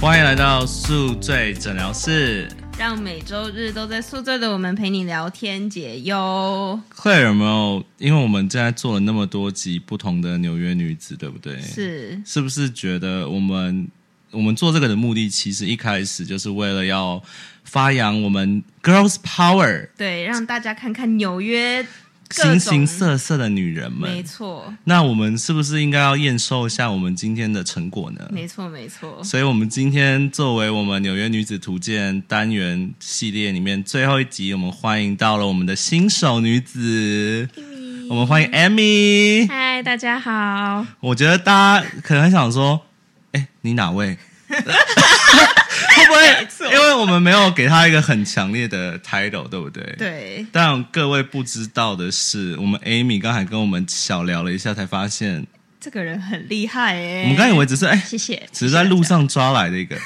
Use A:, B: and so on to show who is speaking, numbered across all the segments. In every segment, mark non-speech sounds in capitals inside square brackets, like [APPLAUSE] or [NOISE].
A: 欢迎来到宿醉诊疗室。
B: 让每周日都在宿醉的我们陪你聊天解忧。
A: 会有没有？因为我们现在做了那么多集不同的纽约女子，对不对？，
B: 是，
A: 是不是觉得我们我们做这个的目的，其实一开始就是为了要发扬我们 girls power，
B: 对，让大家看看纽约各
A: 形
B: 种
A: 形色色的女人
B: 没
A: 们。
B: 错，
A: 那我们是不是应该要验收一下我们今天的成果呢？
B: 没错，没错。
A: 嗯所以，我们今天作为我们纽约女子图鉴单元系列里面最后一集，我们欢迎到了我们的新手女子，我们欢迎 Amy。
B: 嗨，大家好，
A: 我觉得大家可能很想说，哎，你哪位？ [LAUGHS] 会不会？因为我们没有给她一个很强烈的 title，对不对？。
B: 对，
A: 但各位不知道的是，我们 Amy 刚才跟我们小聊了一下，才发现，
B: 这个人很厉害哎、
A: 我们刚以为只是哎，
B: 谢谢，
A: 只是在路上抓来的一
B: [LAUGHS]
A: 个。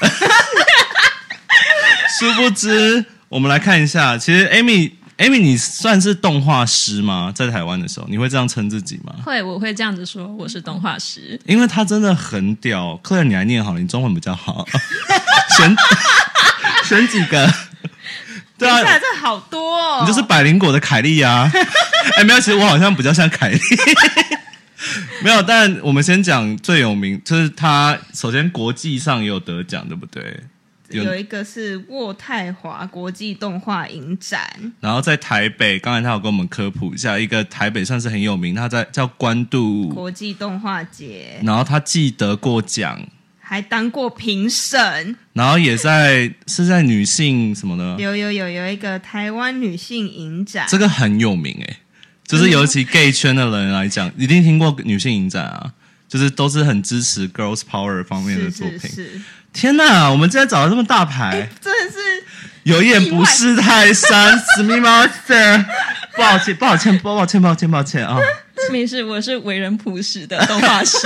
A: 殊不知，我们来看一下，其实 Amy。Amy，你算是动画师吗？在台湾的时候，你会这样称自己吗？
C: 会，我会这样子说，我是动画师。
A: 因为他真的很屌。客人，你来念好了，你中文比较好，
B: [LAUGHS]
A: 选选几个？对
B: 等一
A: 啊
B: 下，，这好多哦，
A: 你就是百灵果的凯莉
B: [LAUGHS]
A: 啊！哎，没有，其实我好像比较像凯莉。 [LAUGHS] 没有，但我们先讲最有名，就是他首先国际上也有得奖，对不对？有
B: 有一个是渥太华国际动画影展，
A: 然后在台北，刚才他有跟我们科普一下，一个台北算是很有名，他在叫关渡，
B: 国际动画节，
A: 然后他既得过奖，
B: 还当过评审。
A: 然后也在是在女性什么的，
B: 有有有有一个台湾女性影展，
A: 啊这个很有名诶、
B: 嗯
A: 就是尤其 gay 圈的人来讲，一定听过女性影展啊，就是都是很支持 girls power 方面的
B: 是
A: 作品。哎
B: 是哎是，
A: 天哪，我们竟然找了这么大牌，
B: 真的是
A: 有眼不识泰山，史密 [LAUGHS] 马森，抱歉抱歉抱歉抱歉抱歉啊。
C: 没事，我是为人朴实的动画师。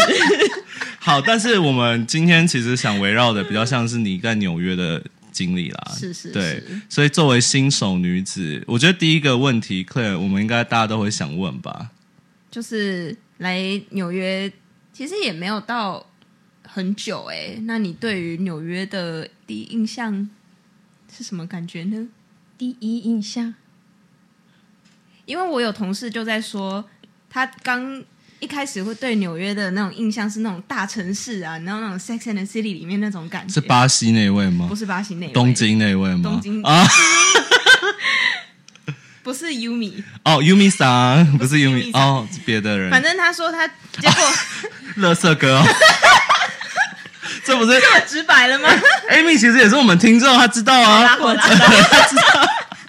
A: 好，但是我们今天其实想围绕的比较像是你在纽约的经历啦，
B: 是是
A: 对
B: 是，
A: 所以作为新手女子，我觉得第一个问题，Claire，我们应该大家都会想问吧？
B: [LAUGHS] 就是来纽约，其实也没有到很久哎、那你对于纽约的第一印象是什么感觉呢？
C: 第一印象，
B: 因为我有同事就在说，他刚一开始会对纽约的那种印象是那种大城市啊，然后那种《Sex and the City》里面那种感觉，
A: 是巴西那位吗
B: 不？是巴西那位
A: 东，京那位吗？
B: 东京
A: 啊，
B: 不是 Yumi，
A: 哦，Yumi
B: [LAUGHS]
A: 桑不是
B: Yumi
A: Yumi
B: 桑
A: 哦，是别的人，
B: 反正他说他结
A: [LAUGHS]
B: 果
A: 乐色哥、
B: [LAUGHS]
A: 哦，这不是
B: 这么直白了吗？
A: Amy，其实也是我们听众，他知道啊，
B: 我
A: 知道， [LAUGHS] 他知道。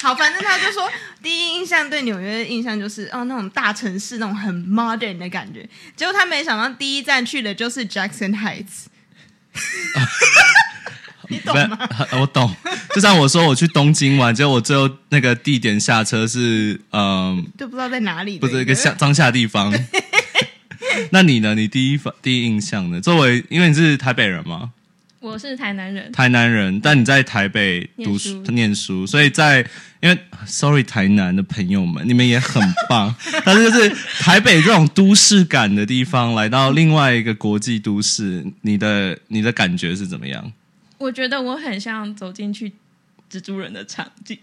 B: 好，反正他就说，第一印象对纽约的印象就是，哦，那种大城市那种很 modern 的感觉。结果他没想到第一站去的就是 Jackson Heights，你懂吗？
A: 不呃我懂。就像我说，我去东京玩，结果我最后那个地点下车是，嗯，
B: 就不知道在哪里的，
A: 不是一个下脏下地
B: [LAUGHS]
A: 方。那你呢？你第一反第一印象呢？作为因为你是台北人嘛，
C: 我是台南人，
A: [LAUGHS] 台南人，但你在台北读
C: 念书
A: 念书，所以在因为 sorry 台南的朋友们，你们也很棒，但是就是台北这种都市感的地方，来到另外一个国际都市，你的你的感觉是怎么样？
C: 我觉得我很像走进去蜘蛛人的场景。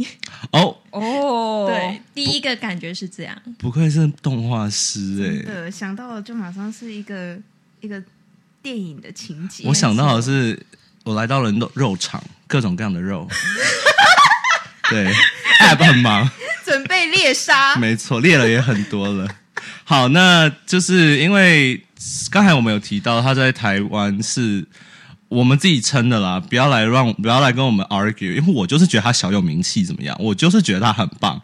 A: 哦，
B: 哦，
C: 对，，第一个感觉是这样。
A: 不愧是动画师哎、
B: 真的想到了就马上是一个一个电影的情节。
A: 我想到的是，我来到了肉肉场，各种各样的肉。对，App 很忙，
B: 准备猎 [LAUGHS] 杀，
A: 没错，列了也很多了。好，那就是因为刚才我们有提到，他在台湾是我们自己称的啦，不要来让不要来跟我们 argue，因为我就是觉得他小有名气怎么样，我就是觉得他很棒。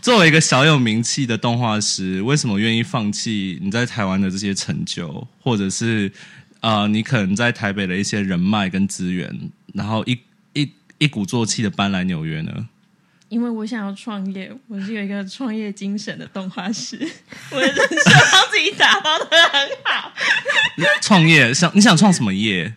A: 作为一个小有名气的动画师，为什么愿意放弃你在台湾的这些成就，或者是呃，你可能在台北的一些人脉跟资源，然后一一一鼓作气的搬来纽约呢？
C: 因为我想要创业，我是有一个创业精神的动画 [LAUGHS] 师，我的人生帮自己打包的很好。
A: 创业想你想创什么业？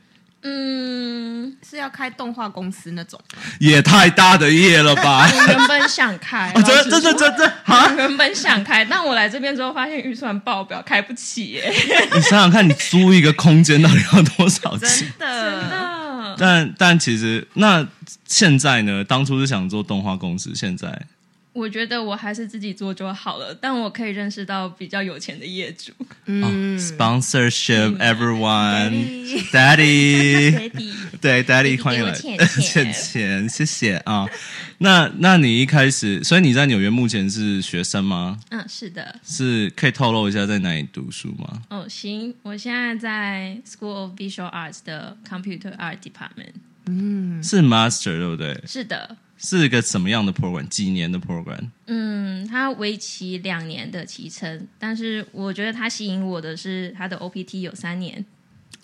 C: 嗯，
B: 是要开动画公司那种吗。
A: 也太大的业了
C: [LAUGHS]
A: 吧！
C: 我原本想开，
A: 我哦真的
C: 老实
A: 真的
C: 说
A: 真的
C: [LAUGHS]
A: 啊！
C: 我原本想开，但我来这边之后发现预算爆表，开不起耶、
A: 你想想看，你租一个空间到底要多少
B: 真
A: 钱？
B: 的，
C: 真的嗯
A: 但但其实那现在呢，当初是想做动画公司，现在
C: [LAUGHS] 我觉得我还是自己做就好了，但我可以认识到比较有钱的业主。
A: 哦
B: 嗯，
A: sponsorship
C: 嗯
A: everyone
B: Daddy
A: daddy，
C: [LAUGHS] Daddy，
A: 对 daddy 欢迎来
C: Daddy 给
A: 欠
C: 我
A: [LAUGHS]
C: 钱
A: 钱，谢谢啊。那那你一开始，所以你在纽约目前是学生吗？
C: 嗯，是的，
A: 是可以透露一下在哪里读书吗？
C: 哦，行，我现在在 School of Visual Arts 的 Computer Art Department。嗯
A: 是 master 对不对？
C: 是的，
A: 是一个什么样的 program？几年的 program？
C: 嗯，它为期两年的期程，但是我觉得它吸引我的是它的 OPT 有三年。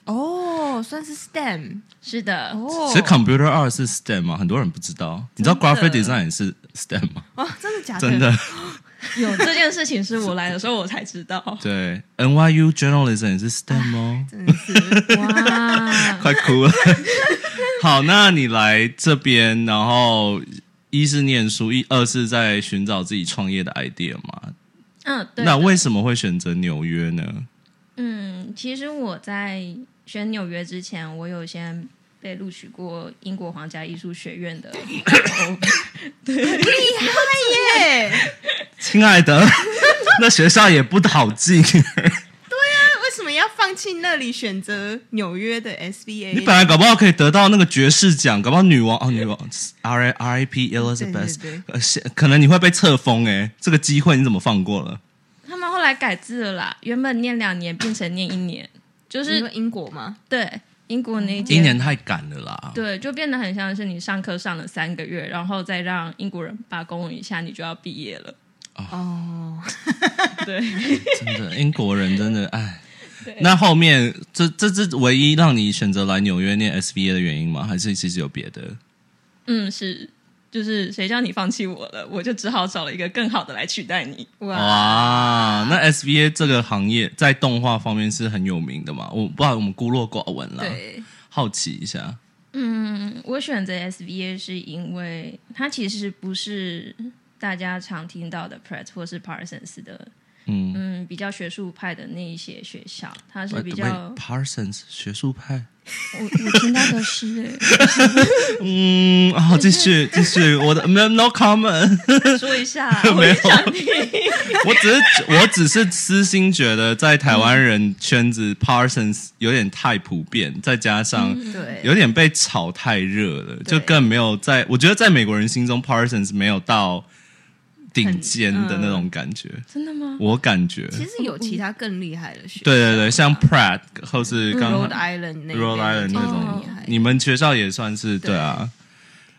B: 哦，算是 STEM
C: 是的，
B: 哦，
A: 其实 computer 二是 STEM 吗？很多人不知道。你知道
C: 真的啊
A: graphic design 也是 STEM 吗？
B: 哦，真的假
A: 真的，。
C: 有这件事情是我来的时候我才知道
A: [LAUGHS] 对，NYU journalism 也是 STEM
C: 啊
A: 哦，
B: 真的是，
C: 哇，
A: 快哭了。 [LAUGHS] 好，那你来这边，然后一是念书，一二是在寻找自己创业的 idea 嘛？
C: 嗯，
A: [LAUGHS]
C: 对
A: 那
C: 的
A: 为什么会选择纽约呢？
C: 嗯，其实我在选纽约之前，我有先被录取过英国皇家艺术学院的哦
B: 耶，
A: 亲爱的， [LAUGHS] 那学校也不好进，
B: 那啊为什么要放弃那里选择纽约的 SBA？
A: 你本来搞不好可以得到那个爵士奖，搞不好女王哦，女王 R I R I P
B: 对
A: Elizabeth，
B: 对对
A: 呃，是可能你会被册封哎，这个机会你怎么放过了？
C: 他们后来改制了啦，原本念两年变成念一年，就
B: 你说
C: 是
B: 英国吗？
C: 对英国那一届
A: 今年太赶了啦，
C: 对，就变得很像是你上课上了三个月，然后再让英国人罢工一下，你就要毕业了。 [LAUGHS]
B: 哦，
C: 对，
A: 真的英国人真的哎。那后面这这这唯一让你选择来纽约念 SBA 的原因吗？还是其实有别的？
C: 嗯，是，就是谁叫你放弃我了，我就只好找了一个更好的来取代你。
A: 哦
B: 哇，
C: 啊
A: 哇，那 SBA 这个行业在动画方面是很有名的嘛？我不知道我们孤陋寡闻啦，
B: 对，
A: 好奇一下。
C: 嗯，我选择 SVA 是因为它其实不是大家常听到的 Pratt 或是 Parsons 的，
A: 嗯
C: 嗯，比较学术派的那一些学校，它是比
A: Wait,
C: 较
A: wait, Parsons 学术派。
C: 我我听到
A: [LAUGHS]
C: 的是
A: 嗯，好，继续继续，我
B: [LAUGHS]
A: 的没有 no comment，
C: 说一下，
A: 没
C: 我
A: 有
C: 也想听。 [LAUGHS]
A: 我只是我只是私心觉得在台湾人圈子 Parsons 有点太普遍，再加上
B: 对，
A: 有点被炒太热了，就
B: 嗯对
A: 更没有在我觉得在美国人心中 Parsons 没有到顶尖的那种感觉，
C: 真的吗？
A: 我感觉。
B: 嗯其实有其他更厉害的学校，
A: 对对对，像 Pratt 或是刚
B: Rhode
A: 刚
B: Island 那边
A: Rhode Island 那
B: 挺厉
A: 种
B: 害，的
A: 你们学校也算是对啊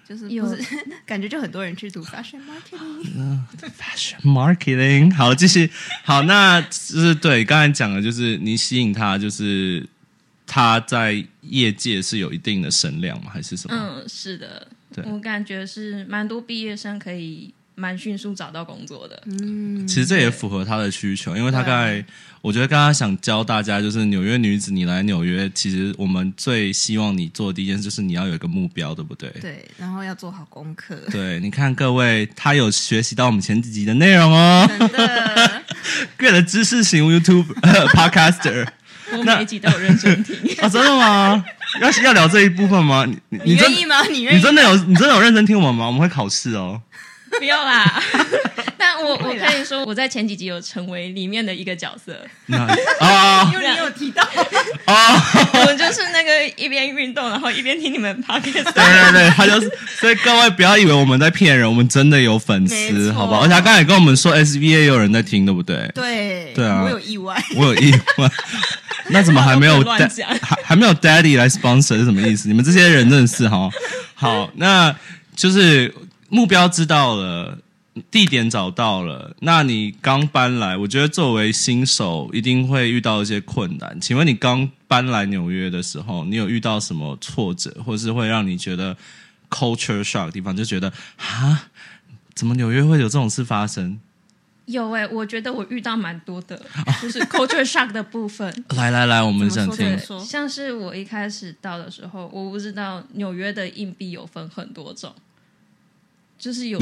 B: 就是
C: 有
B: 不是感觉就很多人去读 fashion
A: [LAUGHS]
B: marketing，
A: ，fashion marketing。好， [LAUGHS] 继续。好，那就是对刚才讲的，就是你吸引他，就是他在业界是有一定的声量吗？还是什么？
C: 嗯，是的
A: 对，
C: 我感觉是蛮多毕业生可以蛮迅速找到工作的。
B: 嗯，
A: 其实这也符合他的需求，因为他刚才，我觉得刚刚想教大家，就是纽约女子，你来纽约，其实我们最希望你做的第一件事就是你要有一个目标，对不对？
B: 对，然后要做好功课，
A: [LAUGHS] 对，你看各位，他有学习到我们前几集的内容哦，
B: 真的，
A: 变了知识型 YouTube、呃、podcaster
C: 我每一集都有认真听，
A: 啊，真的吗？要要聊这一部分吗？你你
B: 你
A: 你真
B: 愿意吗？你
A: [LAUGHS]
B: 愿
A: 你
B: 意？
A: 真的有你真的有认真听我们吗？我们会考试哦。
C: [LAUGHS] 不要啦。但我我
B: 会啦
C: 可以说，我在前几集有成为里面的一个角
A: [LAUGHS]
C: 色。
A: 那啊
B: 因为你有提到，
A: 啊！
C: 我就是那个一边运动，然后一边听
A: [LAUGHS]
C: 你们 podcast
A: 对对对，他就是，所以各位不要以为我们在骗人，我们真的有粉
B: 没
A: 丝，
B: 错
A: 好不好？而且他刚才跟我们说 S V A 有人在听，对不对？
B: 对，
A: [LAUGHS] 对啊
B: 我有意外，
A: 我有意外， [LAUGHS] 那怎么还没有
C: 我不能乱
A: da-
C: 讲
A: [LAUGHS] 还还没有 Daddy 来 sponsor 是什么意思？你们这些人真的是哈，好，那就是目标知道了。地点找到了，那你刚搬来，我觉得作为新手一定会遇到一些困难。请问你刚搬来纽约的时候，你有遇到什么挫折，或是会让你觉得 culture shock 的地方，就觉得啊，怎么纽约会有这种事发生？
C: 有哎、我觉得我遇到蛮多的，
A: 哦
C: 就是 culture shock 的部分。
A: 来来来，我们想
B: 怎
A: 听
B: 么
C: 对
B: 说，
C: 像是我一开始到的时候，我不知道纽约的硬币有分很多种，就是
A: [LAUGHS]
C: 有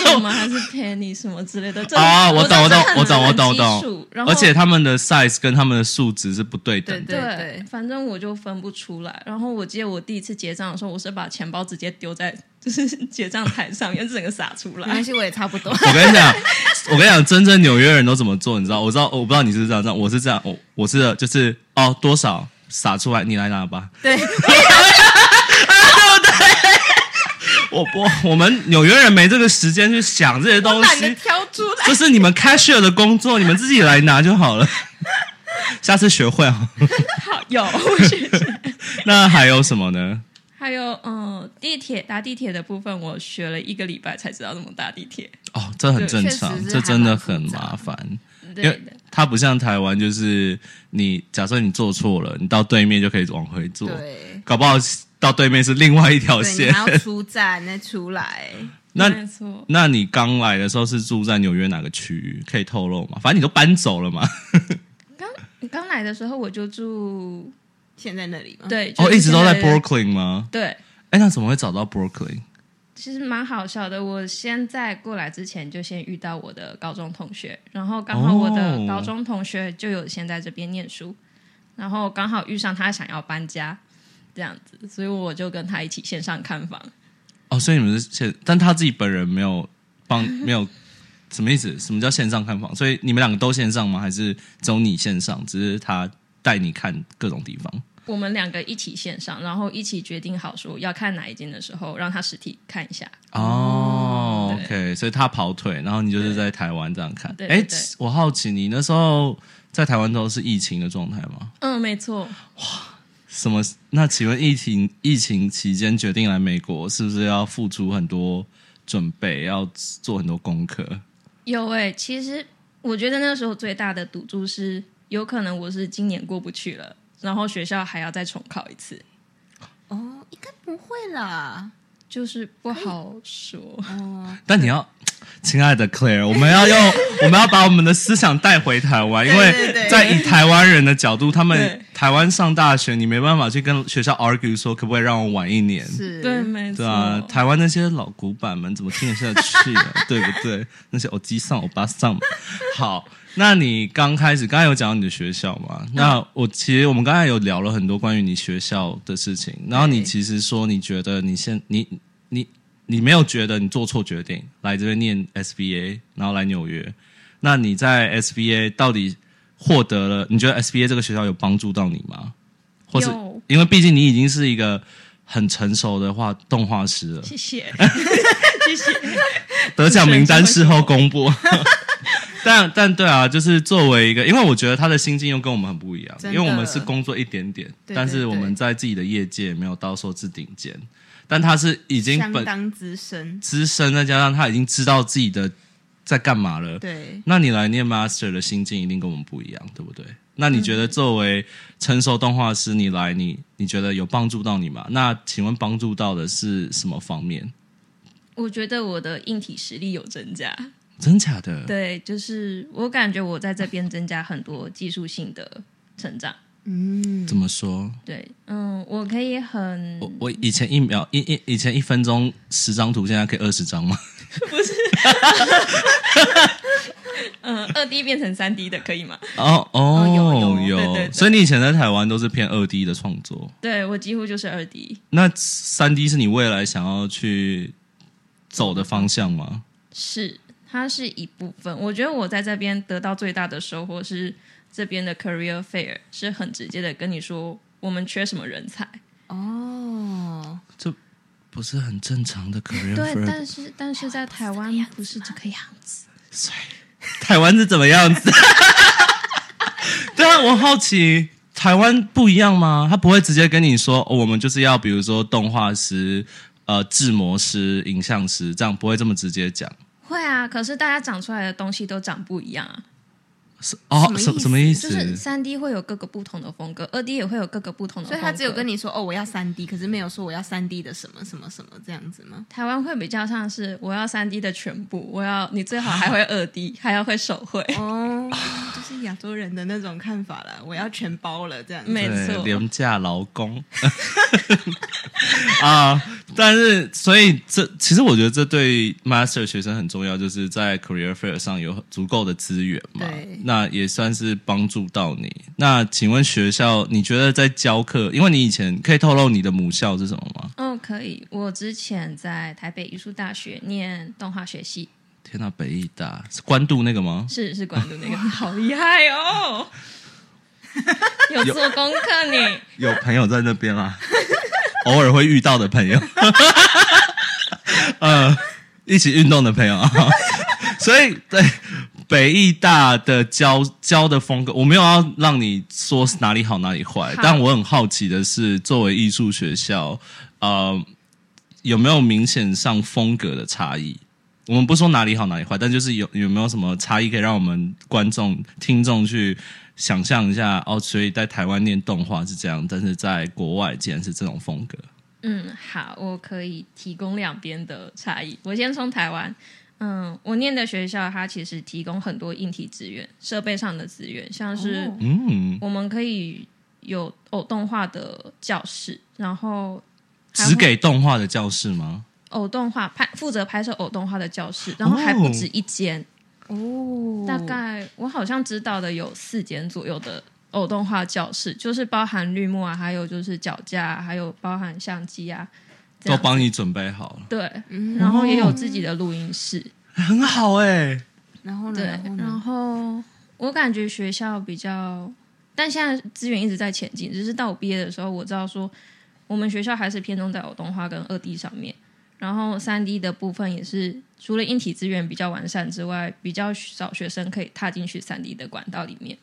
C: 做吗？还是 penny 什么之类的？这
A: 啊，我懂，我懂，我懂，我懂，我。
C: 这很基
A: 懂
C: 础。然后
A: 而且他们的 size 跟他们的数值是不对等的。
B: 对对
C: 反正我就分不出来。然后我记得我第一次结账的时候，我是把钱包直接丢在就是 [LAUGHS] 结账台上面，整个洒出
B: 没关
C: 来。
B: 系，我也差不多。
A: 我跟你讲，我跟你讲，真正纽约人都怎么做，你知道？我知道，我不知道你是不是这样，这样我是这样，我我是的就是哦，多少撒出来，你来拿吧。
B: 对，
A: 我我我们纽约人没这个时间去想这些东
B: 懒得
A: 西，
B: 挑出来。
A: 这是你们 cashier 的工作，你们自己来拿就好了。下次学会啊。
C: 好，有，我学习
A: 那还有什么呢？
C: [LAUGHS] 还有，嗯，地铁搭地铁的部分，我学了一个礼拜才知道怎么搭地铁。
A: 哦，这很
C: 对
A: 正
B: 确实
A: 常，
B: 是
A: 这
B: 还
A: 真的
B: 蛮复
A: 很
B: 杂
A: 麻
B: 的
A: 烦。因
C: 对
A: 为
C: 的，
A: 它不像台湾，就是你假设你坐错了，你到对面就可以往回坐，
B: 对，
A: 搞不好到对面是另外一条
B: 对你
A: 线。
B: 还要出站再出来。
A: 那
C: 没错，
A: 那你刚来的时候是住在纽约哪个区域？可以透露吗？反正你都搬走了
C: [LAUGHS]
A: 嘛。
C: 刚来的时候我就住，
B: 现在那里吗？，
C: 对，
A: 哦，
C: 就是
A: 一直都在
C: 现的
A: Brooklyn 吗？
C: 对，
A: 哎，那怎么会找到 Brooklyn？
C: 其实蛮好笑的。我先在过来之前就先遇到我的高中同学，然后刚好我
A: 哦
C: 的高中同学就有先在这边念书，然后刚好遇上他想要搬家这样子，所以我就跟他一起线上看房。
A: 哦，所以你们是线，但他自己本人没有帮， [LAUGHS] 没有什么意思？什么叫线上看房？所以你们两个都线上吗？还是只有你线上？只是他带你看各种地方？
C: 我们两个一起线上，然后一起决定好说要看哪一间的时候，让他实体看一下。
A: 哦、
C: 嗯对
A: o k 所以他跑腿，然后你就是在台湾这样看。
C: 对对
A: 哎
C: 对，
A: 我好奇你那时候在台湾都是疫情的状态吗？
C: 嗯，没错，
A: 什么？那请问疫情疫情期间决定来美国，是不是要付出很多准备，要做很多功课？
C: 有诶、其实我觉得那时候最大的赌注是，有可能我是今年过不去了，然后学校还要再重考一次，
B: 哦，应该不会啦。
C: 就是不好说。
A: 但你要，亲爱的 Claire，我们要用
B: [LAUGHS]
A: 我们要把我们的思想带回台湾，因
B: 对
A: 为
B: 对
A: 在以台湾人的角度，他们
C: 对
A: 台湾上大学，你没办法去跟学校 argue 说可不可以让我晚一年。
B: 是，
C: 对，没错。
A: 对啊，台湾那些老古板们怎么听得下去啊？对不
C: [LAUGHS]
A: 对？那些欧基上、欧巴上。好，那你刚开始，刚才有讲到你的学校
C: 嗯
A: 嘛？那我其实我们刚才有聊了很多关于你学校的事情，然后你其实说你觉得你现你你你没有觉得你做错决定，来这边念 SBA，然后来纽约。那你在 SBA 到底获得了？你觉得 SBA 这个学校有帮助到你吗？或是
C: 有
A: 因为毕竟你已经是一个很成熟的画动画师
B: [LAUGHS]
A: 了，
C: 谢谢，
A: [LAUGHS]
C: 谢谢。
A: 得奖名单事后公布。 [LAUGHS] 但但对啊，就是作为一个，因为我觉得他的心境又跟我们很不一样，因
B: 真
A: 为我
B: 的
A: 们是工作一点点，
B: 对
A: 但是
B: 对
A: 我们在自己的业界没有到说至顶尖，但他是已经
B: 相
A: 本
B: 当资深。
A: 资深，再加上他已经知道自己的在干嘛了，
B: 对，
A: 那你来念 master 的心境一定跟我们不一样，对不对？那你觉得作为成熟动画师，你来你你觉得有帮助到你吗？那请问帮助到的是什么方面？
C: 我觉得我的硬体实力有增加，
A: 真假的？
C: 对，就是我感觉我在这边增加很多技术性的成长。
B: 嗯，
A: 怎么说？
C: 对，嗯，我可以很
A: 我我以前一秒一一以前一分钟十张图，现在可以二十张 [LAUGHS] 吗？
C: 嗯二 D 变成三 D 的，可以吗？
A: 哦
B: 有有
C: 对对对
A: 所以你以前在台湾都是偏二 D 的创作，
C: 对我几乎就是二 D。
A: 那三 D 是你未来想要去走的方向吗？
C: 是，它是一部分。我觉得我在这边得到最大的收获是这边的 career fair 是很直接的跟你说我们缺什么人才。
B: 哦，
A: 不是很正常的 career
C: 对
A: field，
C: 但是但是在台湾不哦是这个样子。啊
A: 台湾是怎么样子？ [LAUGHS] 对啊，我好奇台湾不一样吗？他不会直接跟你说，哦、我们就是要比如说动画师、呃制模师、影像师，这样不会这么直接讲。
C: 会啊，可是大家长出来的东西都长不一样啊。
A: 是哦，什
B: 什
A: 么
B: 么
A: 什么意思？
C: 就是三 D 会有各个不同的风格，二 D 也会有各个不同的
B: 所
C: 风
B: 以
C: 格。
B: 他只有跟你说哦，我要三 D，可是没有说我要三 D 的什么什么什么这样子吗？
C: 台湾会比较像是我要三 D 的全部，我要你最好还会二 D，还要会手绘。
B: 哦，就是亚洲人的那种看法了，我要全包了这样子。
C: 没
A: 对
C: 错
A: 廉价劳工 [LAUGHS] 啊、但是，所以这其实我觉得这对 master 学生很重要，就是在 career fair 上有足够的资源嘛
B: 对，
A: 那也算是帮助到你。那请问学校，你觉得在教课，因为你以前可以透露你的母校是什么吗？
C: [LAUGHS] 哦，可以。我之前在台北艺术大学念动画学系，
A: 天呐、北艺大是关渡那个吗？
C: 是是关渡那个，好厉害哦！ [LAUGHS] 有做功课你，
A: 有朋友在那边啦， [LAUGHS] 偶尔会遇到的朋友， [LAUGHS] 呃，一起运动的朋友 [LAUGHS] 啊。所以对北艺大的教教的风格，我没有要让你说哪里好哪里坏，
C: 好
A: 但我很好奇的是，作为艺术学校，呃，有没有明显上风格的差异？我们不说哪里好哪里坏，但就是有有没有什么差异可以让我们观众听众去想象一下？哦，所以在台湾念动画是这样，但是在国外竟然是这种风格。
C: 嗯，好，我可以提供两边的差异。我先从台湾，嗯，我念的学校它其实提供很多硬体资源、设备上的资源，像是
B: 哦
A: 嗯，
C: 我们可以有偶动画的教室，然后还
A: 只
C: 会
A: 给动画的教室吗？
C: 偶动画拍负责拍摄偶动画的教室，然后还不止一间，
B: 哦，
C: 大概我好像知道的有四间左右的偶动画教室，就是包含绿幕啊，还有就是脚架啊、还有包含相机啊，这
A: 都
C: 样
A: 帮你准备好了，
C: 对，
B: 嗯，
C: 然后也有自己的录音室，
A: 很好哎、
B: 然后
C: 对
B: 呢，然后，
C: 然
B: 呢，
C: 后我感觉学校比较，但现在资源一直在前进，只是到我毕业的时候，我知道说我们学校还是偏重在偶动画跟二 D 上面，然后三 D 的部分也是除了硬体资源比较完善之外，比较少学生可以踏进去三 D 的管道里面。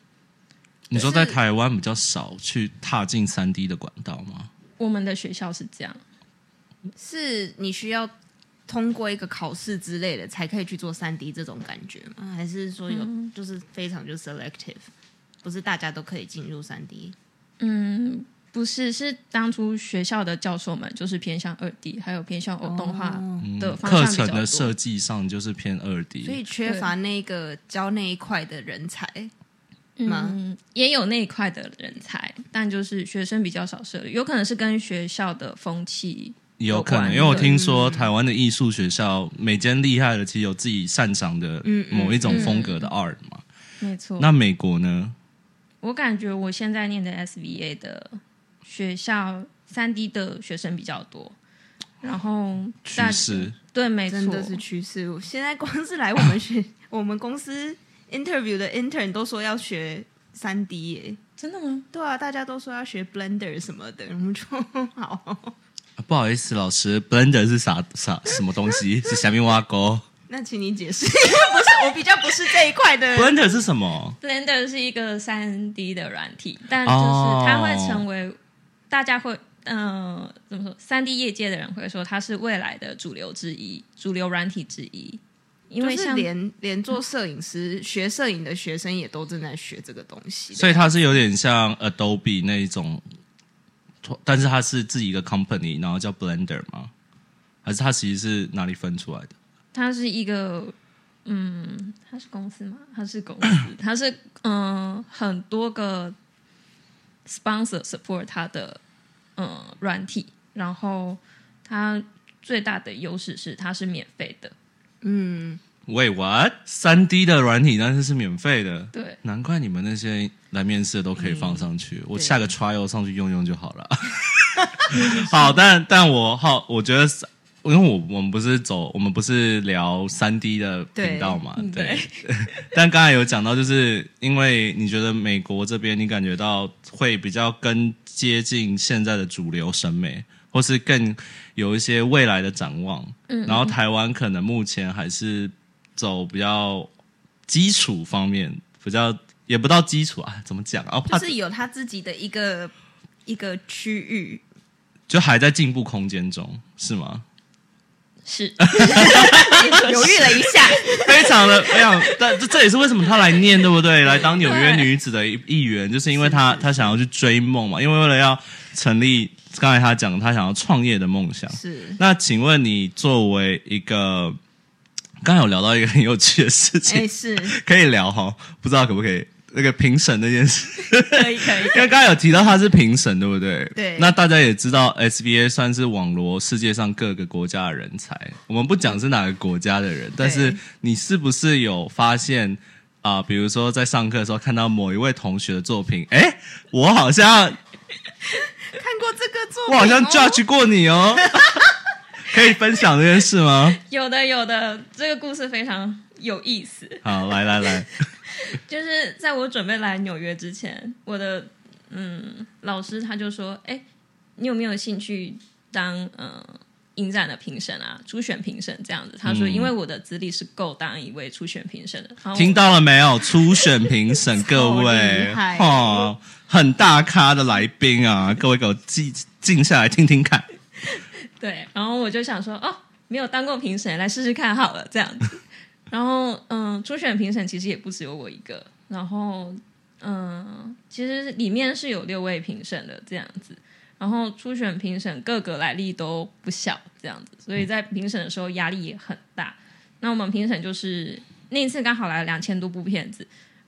A: 你说在台湾比较少去踏进三 D 的管道吗？
C: 我们的学校是这样，
B: 是你需要通过一个考试之类的才可以去做三 D 这种感觉吗？还是说有就是非常就 selective，不是大家都可以进入三 D？
C: 嗯，不是，是当初学校的教授们就是偏向二 D，还有偏向偶动画
B: 哦
C: 的方
A: 课
C: 向比较
A: 程
C: 多。
A: 的设计上就是偏二 D，
B: 所以缺乏那个教那一块的人才吗？
C: 嗯，也有那一块的人才，但就是学生比较少涉猎，有可能是跟学校的风气
A: 有可能，
C: 有关
A: 因为我
C: 对
A: 听说台湾的艺术学校每间厉害的，其实有自己擅长的
B: 嗯嗯
A: 某一种风格的 art 嘛。
C: 没错。
A: 那美国呢？
C: 我感觉我现在念的 SVA 的学校，三 D 的学生比较多，然后
A: 趋
C: 大
A: 势
C: 对，没错，
B: 真的是趋势。我现在光是来我们学 [LAUGHS] 我们公司 interview 的 intern 都说要学三 D 耶。
C: 真的吗？
B: 对啊，大家都说要学 Blender 什么的，我们就 [LAUGHS] 好。
A: 啊不好意思，老师，Blender 是啥啥什么东西？ [LAUGHS] 是下面挖沟
B: 那请你解释，因 [LAUGHS] 为不是我比较不是这一块的。
A: ？Blender 是什么？
C: Blender 是一个三 D 的软体，但就是
A: 哦
C: 它会成为、大家会，嗯、怎么说？三 D 业界的人会说它是未来的主流之一，主流软体之一。因为
B: 就是
C: 像
B: 连连做摄影师、学摄影的学生也都正在学这个东西的，
A: 所以它是有点像 Adobe 那一种，但是它是自己一个 company，然后叫 Blender 吗？还是它其实是哪里分出来的？
C: 它是一个，嗯，它是公司吗？它是公司，它是嗯、很多个 sponsor support 它的嗯软体，然后它最大的优势是它是免费的，
A: 喂，what？三 D 的软体但是是免费的，
C: 对，
A: 难怪你们那些来面试的都可以放上去，我下个 trial 上去用用就好了。 [LAUGHS] 好，但但我好，我觉得是，因为我我们不是走，我们不是聊三 D 的频道嘛，对。
C: 对
A: [LAUGHS] 但刚才有讲到，就是因为你觉得美国这边，你感觉到会比较更接近现在的主流审美，或是更有一些未来的展望。嗯，然后台湾可能目前还是走比较基础方面，比较也不到基础啊，怎么讲啊？怕
B: 就是有他自己的一个一个区域。
A: 就还在进步空间中，是吗？
C: 是。
B: [LAUGHS] 犹豫了一下，
A: [LAUGHS] 非常的非常，但这这也是为什么他来念，对不对？来当纽约女子的一一员，就是因为他他想要去追梦嘛，因为为了要成立刚才他讲他想要创业的梦想。
B: 是
A: 那请问你作为一个，刚才有聊到一个很有趣的事
B: 哎、
A: 情，
B: 是
A: [LAUGHS] 可以聊哈，不知道可不可以？那个评审那件事，
C: 可以可以，
A: [LAUGHS] 因为刚才有提到他是评审，对不对？
B: 对
A: 那大家也知道，SBA 算是网罗世界上各个国家的人才。我们不讲是哪个国家的人，但是你是不是有发现啊、比如说在上课的时候看到某一位同学的作品，哎，我好
B: [LAUGHS]
A: 像
B: 看过这个作
A: 我
B: 品、哦，
A: 好像 judge 过你
B: [LAUGHS]
A: 哦，可以分享这件事吗？
C: 有的有的，这个故事非常有意思。
A: 好，来来来，
C: 就是在我准备来纽约之前，我的嗯老师他就说：“哎、你有没有兴趣当呃影展的评审啊，初选评审这样子？”他说：“因为我的资历是够当一位初选评审的。”然后我
A: 嗯听到了没有？初选评
B: [LAUGHS]
A: 审，各
B: 哦厉
A: 位
B: 害，
A: 哦，很大咖的来宾啊，各位给我记静下来听听看。
C: 对，然后我就想说，哦，没有当过评审，来试试看好了，这样子。 [LAUGHS] 然后，嗯，初选评审其实也不只有我一个，然后，嗯，其实里面是有六位评审的这样子。然后初选评审各个来历都不小，这样子，所以在评审的时候压力也很大。那我们评审就是那一次刚好来了两千多部片子，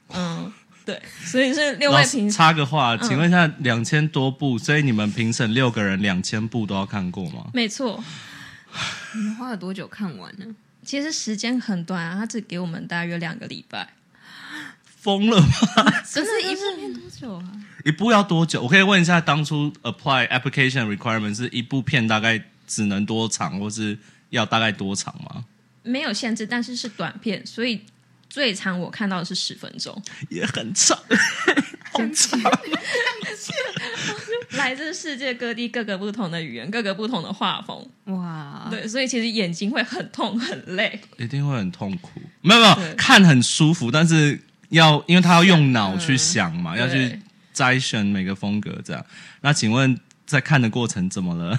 C: 嗯，对，所以是六
A: 老
C: 位
A: 师
C: 评审。嗯
A: 插个话，请问一下，两千多部，所以你们评审六个人，两千部都要看过吗？
C: 没错，
B: 你花了多久看完呢？
C: 其实时间很短啊，他只给我们大约两个礼拜。
A: 疯了吗？
B: 真是一部片多久啊？
A: 一部要多久？我可以问一下，当初 apply application requirement 是一部片大概只能多长，或是要大概多长吗？
C: 没有限制，但是是短片，所以最长我看到的是十分
B: [LAUGHS]
C: 钟。
A: 也很长，好长。
C: 来自世界各地各个不同的语言，各个不同的画风，
B: 哇，
C: 对，所以其实眼睛会很痛很累。
A: 一定会很痛苦。没有没有
C: 对，
A: 看很舒服，但是要因为他要用脑去想嘛，要去
C: 对
A: 摘选每个风格这样。那请问在看的过程怎么了？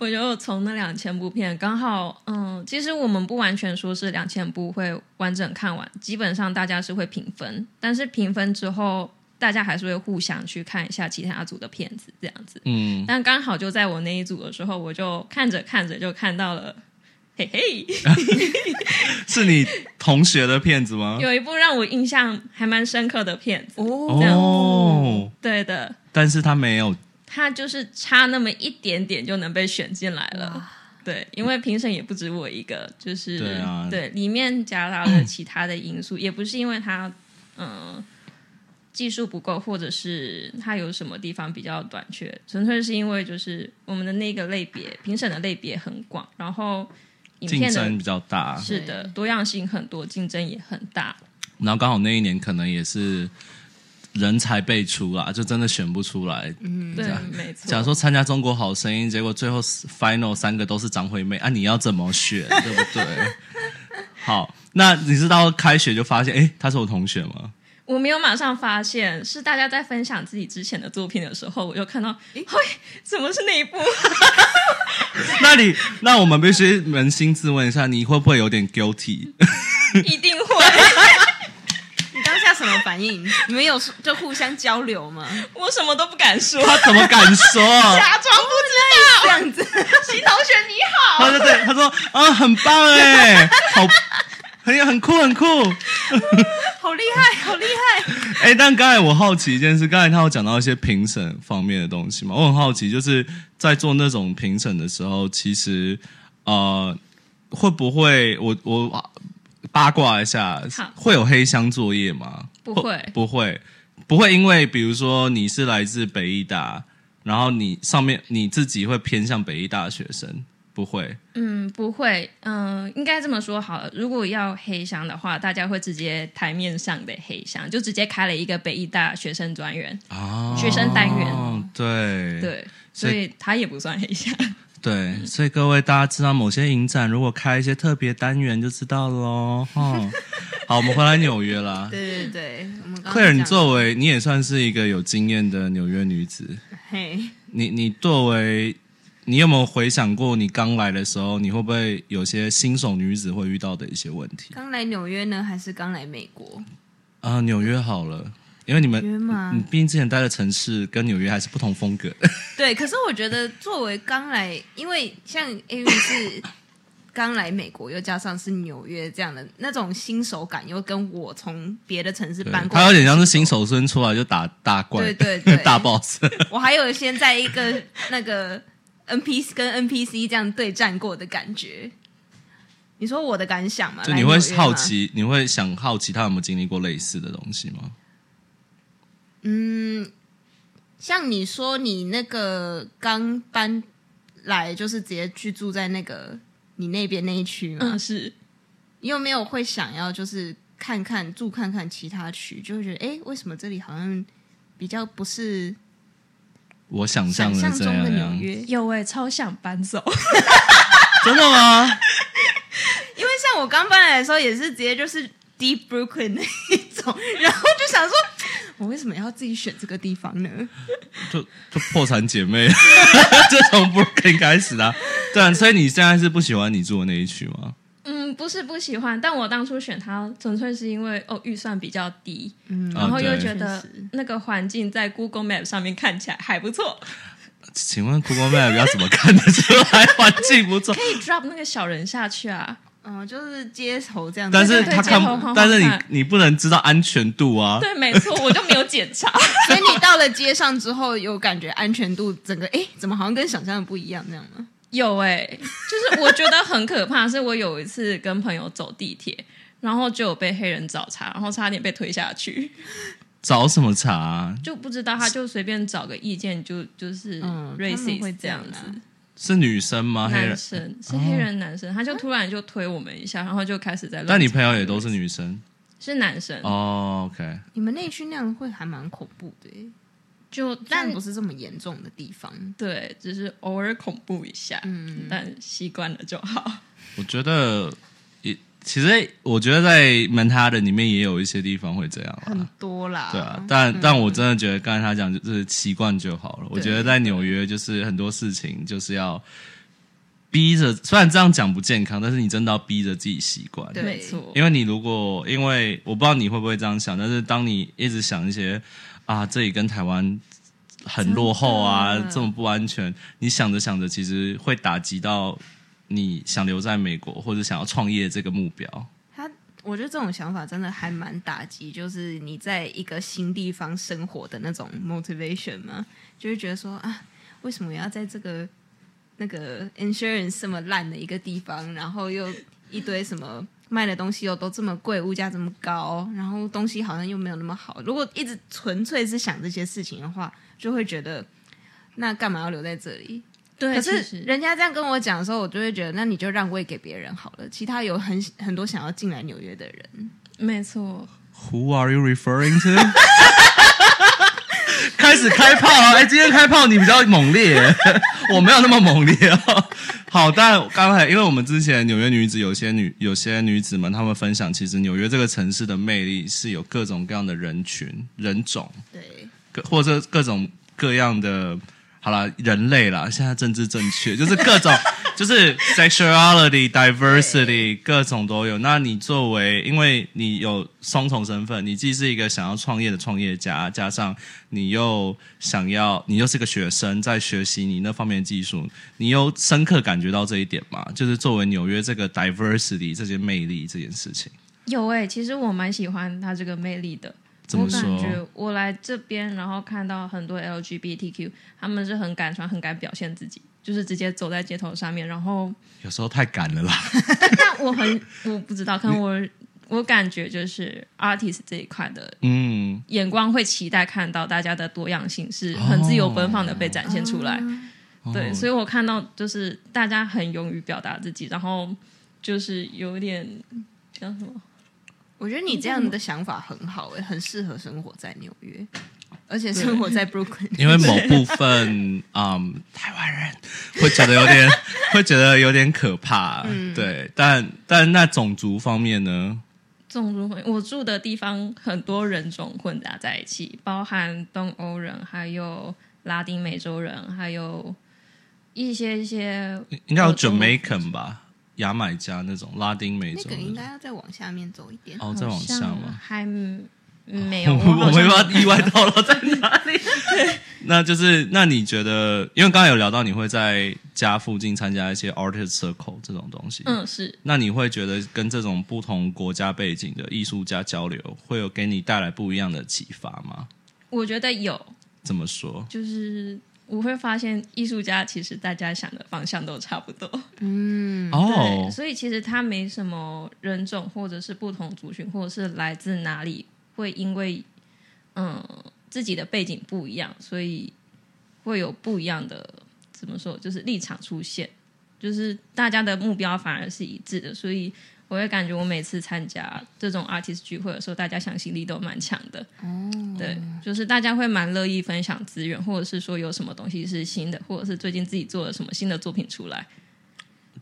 C: 我就从那两千部片刚好，嗯，其实我们不完全说是两千部会完整看完，基本上大家是会评分，但是评分之后，大家还是会互相去看一下其他组的片子这样子。
A: 嗯，
C: 但刚好就在我那一组的时候，我就看着看着就看到了，嘿嘿。
A: 是你同学的片子吗？
C: 有一部让我印象还蛮深刻的片子，
B: 哦
C: 这样
A: 哦，
C: 对的，
A: 但是他没有，
C: 它就是差那么一点点就能被选进来了。对，因为评审也不止我一个，就是
A: 对啊
C: 里面夹杂了其他的因素，也不是因为他嗯、呃技术不够，或者是他有什么地方比较短缺，纯粹是因为就是我们的那个类别，评审的类别很广，然后影
A: 竞
C: 片
A: 争
C: 的
A: 比较大，
C: 是的多样性很多，竞争也很大，
A: 然后刚好那一年可能也是人才辈出啦，就真的选不出来。
C: 对，嗯
A: 啊
C: 没错。
A: 假如说参加中国好声音，结果最后 final 三个都是张惠妹啊，你要怎么
C: [LAUGHS]
A: 选，对不对？好，那你知道开学就发现，哎，她是我同学
C: [LAUGHS]
A: 吗？
C: 我没有马上发现，是大家在分享自己之前的作品的时候，我就看到，嘿，怎么是那 [LAUGHS] 一部？
A: 那你，那我们必须扪心自问一下，你会不会有点 guilty？
C: 一定会，
B: 你当下什么反 [LAUGHS] 应？你们有就互相交流 [LAUGHS] 吗？
C: 我什么都不敢说，
A: 他怎么敢
C: [LAUGHS]
A: 说？
C: 假装不知
B: 这
C: 道。
B: 样子，
C: 齐同学你好，
A: 他就对他说啊，很棒哎，好，很很酷很酷。
B: 好厉害，好厉害！
A: [LAUGHS] 哎，但刚才我好奇一件事，刚才他有讲到一些评审方面的东西嘛，我很好奇，就是在做那种评审的时候，其实呃，会不会我我八卦一下
C: 好，
A: 会有黑箱作业吗？
C: 不
A: 或
C: 会
A: 不会，不会，因为比如说你是来自北医大，然后你上面你自己会偏向北医大的学生，不会。
C: 嗯，不会，嗯、应该这么说好了。如果要黑箱的话，大家会直接台面上的黑箱，就直接开了一个北艺大学生专员，
A: 啊
C: 学生单元
A: 哦对
C: 对，
A: 所
C: 所
A: 以
C: 以他也不算黑 [LAUGHS] 箱。
A: 对，所以各位大家知道某些影展如果开一些特别单元就知道喽。
B: [LAUGHS]
A: 哦，好，我们回来纽约啦。
B: 对对对，我们刚刚
A: 克尔，你
B: 讲
A: 作为你也算是一个有经验的纽约女子，
B: 嘿，
A: 你你作为你有没有回想过你刚来的时候，你会不会有些新手女子会遇到的一些问题？
B: 刚来纽约呢，还是刚来美国？
A: 啊，纽约好了，因为你们
B: 纽约嘛
A: 你毕竟之前待的城市跟纽约还是不同风格的。
B: 对，可是我觉得作为刚来，因为像 A V 是刚来美国，又加上是纽约这样的那种新手感，又跟我从别的城市搬
A: 对，
B: 过来，
A: 他有点像是新。手村出来就打大怪，
B: 对对对
A: [LAUGHS] 大 boss。
B: 我还有先在一个那个 NPC 跟 NPC 这样对战过的感觉。你说我的感
C: 啊
B: 想嘛？
A: 就
B: 来
A: 你会
B: 纽约
A: 好
B: 吗，
A: 奇，你会想好奇他有没有经历过类似的东西吗？
B: 像你说你那个刚搬来，就是直接去住在那个你那边那一区嘛？
C: 嗯，是
B: 你有没有会想要就是看看住看看其他区，就会觉得诶，为什么这里好像比较不是
A: 我想象
B: 想
A: 的
B: 象
A: 这
B: 中
A: 样啊
B: 的
A: 那
B: 纽
A: 样，
B: 约？
C: 有哎、超想搬走。
A: 真的吗？ [LAUGHS]
B: 因为像我刚搬来的时候也是直接就是 Deep Brooklyn 那一种，然后就想说，我为什么要自己选这个地方呢？
A: 就 [LAUGHS] 就破产姐妹， [LAUGHS] 就从 Brooklyn 开始的啊、对啊，所以你现在是不喜欢你住的那一区吗？
C: 嗯，不是不喜欢，但我当初选它纯粹是因为哦预算比较低，
B: 嗯
C: 然后又
A: 啊对
C: 觉得
B: 确实
C: 那个环境在 Google Map 上面看起来还不错，
A: 请问 Google Map 要怎么看得出来环境不错？
C: 可以 drop 那个小人下去啊。
B: 嗯、就是街头这样子，
A: 但是
C: 对对
A: 他看
C: 街头晃，晃
A: 但是你
C: 看
A: 你不能知道安全度啊。
C: 对，没错，我就没有检查。
B: 所以你到了街上之后，有感觉安全度整个诶，怎么好像跟想象的不一样这样吗？
C: [LAUGHS] 有哎、就是我觉得很可怕。是我有一次跟朋友走地铁，然后就有被黑人找茬，然后差点被推下去，
A: 找什么茬啊？
C: 就不知道他就随便找个意见就就是
B: 嗯他们
C: racist、
B: 会
C: 这
B: 这样
C: 样子。
B: 啊
A: 是女生吗？啊黑
C: 男
A: 人？
C: 生是黑人男生，他就突然就推我们一下，然后就开始在乱讲。
A: 但你朋友也都是女生
C: 是男生，
A: 哦。OK，
B: 你们那区那样会还蛮恐怖的耶，
C: 就
B: 但
C: 但
B: 不是这么严重的地方。
C: 对，只是偶尔恐怖一下，
B: 嗯
C: 但习惯了就好。
A: 我觉得也其实我觉得在曼哈顿里面也有一些地方会这样啦
B: 很。嗯多啦，
A: 对啊，但但我真的觉得刚才他讲就是习惯就好了。我
B: 对
A: 觉得在纽约就是很多事情就是要逼着，虽然这样讲不健康，但是你真的要逼着自己习惯。
B: 对
C: 没错，
A: 因为你如果因为我不知道你会不会这样想，但是当你一直想一些啊，这里跟台湾很落后啊
B: 真，的
A: 这么不安全，你想着想着，其实会打击到你想留在美国或者想要创业这个目标。
B: 他，我觉得这种想法真的还蛮打击，就是你在一个新地方生活的那种 motivation 嘛，就会觉得说啊，为什么我要在这个那个 insurance 这么烂的一个地方，然后又一堆什么卖的东西又都这么贵，物价这么高，然后东西好像又没有那么好。如果一直纯粹是想这些事情的话，就会觉得那干嘛要留在这里？
C: 对
B: 可是人家这样跟我讲的时候，我就会觉得，那你就让位给别人好了。其他有很很多想要进来纽约的人，
C: 没错，
A: Who are you referring to？开始开炮啊！哎、今天开炮你比较猛烈， [LAUGHS] 我没有那么猛烈哦。 [LAUGHS] 好，但刚才因为我们之前纽约女子有些女有些女子们，她们分享，其实纽约这个城市的魅力是有各种各样的人群、人种，
B: 对，
A: 各或者各种各样的，好啦，人类啦，现在政治正确，就是各种，就是
C: [LAUGHS]
A: sexuality、diversity，各种都有。那你作为，因为你有双重身份，你既是一个想要创业的创业家，加上你又想要，你又是个学生，在学习你那方面的技术，你又深刻感觉到这一点嘛？就是作为纽约这个 diversity 这些魅力这件事情，
C: 有哎、其实我蛮喜欢他这个魅力的。
A: 怎么
C: 我感
A: 说？
C: 觉我来这边，然后看到很多 LGBTQ，他们是很敢穿、很敢表现自己，就是直接走在街头上面。然后，
A: 有时候太赶了啦。
C: 但我很我不知道，可能我我感觉就是 artist 这一块的
A: 嗯，
C: 眼光会期待看到大家的多样性是
A: 哦
C: 很自由奔放的被展现出来。对，所以我看到就是大家很勇于表达自己，然后就是有点叫什么？
B: 我觉得你这样的想法很好、诶，很适合生活在纽约，而且生活在 Brooklyn， [LAUGHS]
A: 因为某部分，嗯，台湾人会觉得有点，会觉得有点可怕，对。但但那种族方面呢？
C: 种族混，我住的地方很多人种混杂在一起，包含东欧人，还有拉丁美洲人，还有一些一些
A: 应该有
C: 我懂
A: Jamaican 吧，牙买加那种拉丁美
B: 那
A: 洲
B: 个
A: 那种，
B: 应该要再往下面走一点。
A: 哦，再往下
C: 好像啊
A: 吗？
C: 还没
A: [LAUGHS] 我
C: 有，
A: 我
C: 好
A: 们
C: 像
A: 要意外到了在哪里？ [LAUGHS] 那就是那你觉得，因为刚刚有聊到你会在家附近参加一些 artist circle 这种东西，
C: 嗯，是
A: 那你会觉得跟这种不同国家背景的艺术家交流，会有给你带来不一样的启发吗？
C: 我觉得有，
A: 怎么说？
C: 就是我会发现艺术家其实大家想的方向都差不多，
A: 哦
C: 嗯对，，所以其实他没什么人种或者是不同族群或者是来自哪里，会因为嗯自己的背景不一样，所以会有不一样的怎么说，就是立场出现，就是大家的目标反而是一致的，所以。我会感觉我每次参加这种 artist 聚会的时候，大家向心力都蛮强的。对，就是大家会蛮乐意分享资源，或者是说有什么东西是新的，或者是最近自己做了什么新的作品出来。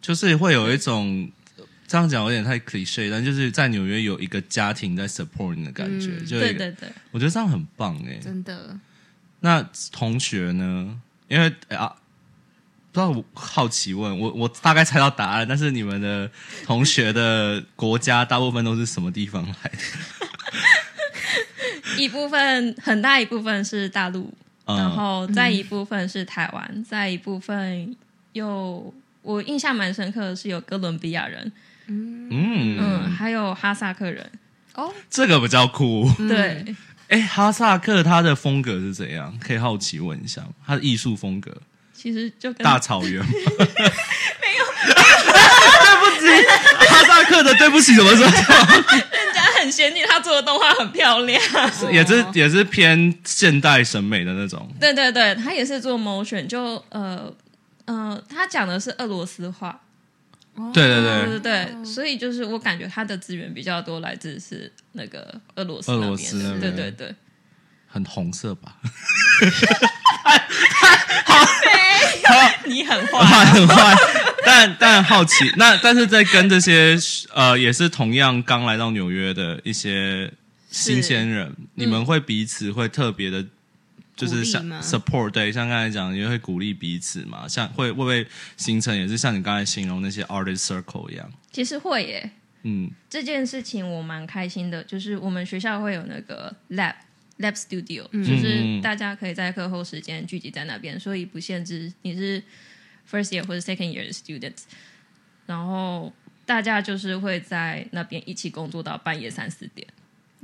A: 就是会有一种这样讲有点太 cliche，但就是在纽约有一个家庭在 support 你的感觉，
B: 嗯
A: 就有一
C: 对
A: 个
C: 对对，
A: 我觉得这样很棒哎、
B: 真的，
A: 那同学呢？因为哎啊，不知道我好奇问我，我大概猜到答案，但是你们的同学的国家大部分都是什么地方来的？
C: 一部分很大一部分是大陆，然
A: 嗯，
C: 后再一部分是台湾，再一部分又我印象蛮深刻的是有哥伦比亚人，
A: 嗯
C: 嗯，还有哈萨克人，
B: 哦，
A: 这个比较酷。
C: 对，
A: 哎、哈萨克他的风格是怎样？可以好奇问一下吗，他的艺术风格，
C: 其实就跟
A: 大草原吗？没有， [LAUGHS] 对不起，哈萨克的对不起，怎么说？
C: 人家很先进，他做的动画很漂亮，
A: [LAUGHS]
C: [LAUGHS]
A: 也是也是偏现代审美的那种。
C: 对对对，他也是做 motion，就呃呃，他讲的是俄罗斯话，
A: 对对对，
C: 对对对，所以就是我感觉他的资源比较多，来自是那个俄罗斯
A: 俄
C: 那
A: 罗
C: 边
A: 斯
C: 的
A: 那
C: 对
A: 边
C: 对对，
A: 很红色吧？啊
C: [LAUGHS] 你很坏，
A: 坏很坏，但但好奇，那但是在跟这些呃也是同样刚来到纽约的一些新鲜人，你们会彼此会特别的，就是像
B: 鼓励吗
A: support 对，像刚才讲，也会鼓励彼此嘛，像会会不会形成也是像你刚才形容那些 artist circle 一样，
C: 其实会耶。
A: 嗯
C: 这件事情我蛮开心的，就是我们学校会有那个 lab lab studio，、就是大家可以在课后时间聚集在那边，所以不限制你是 first year 或者 second year 的 students，然后大家就是会在那边一起工作到半夜三四点，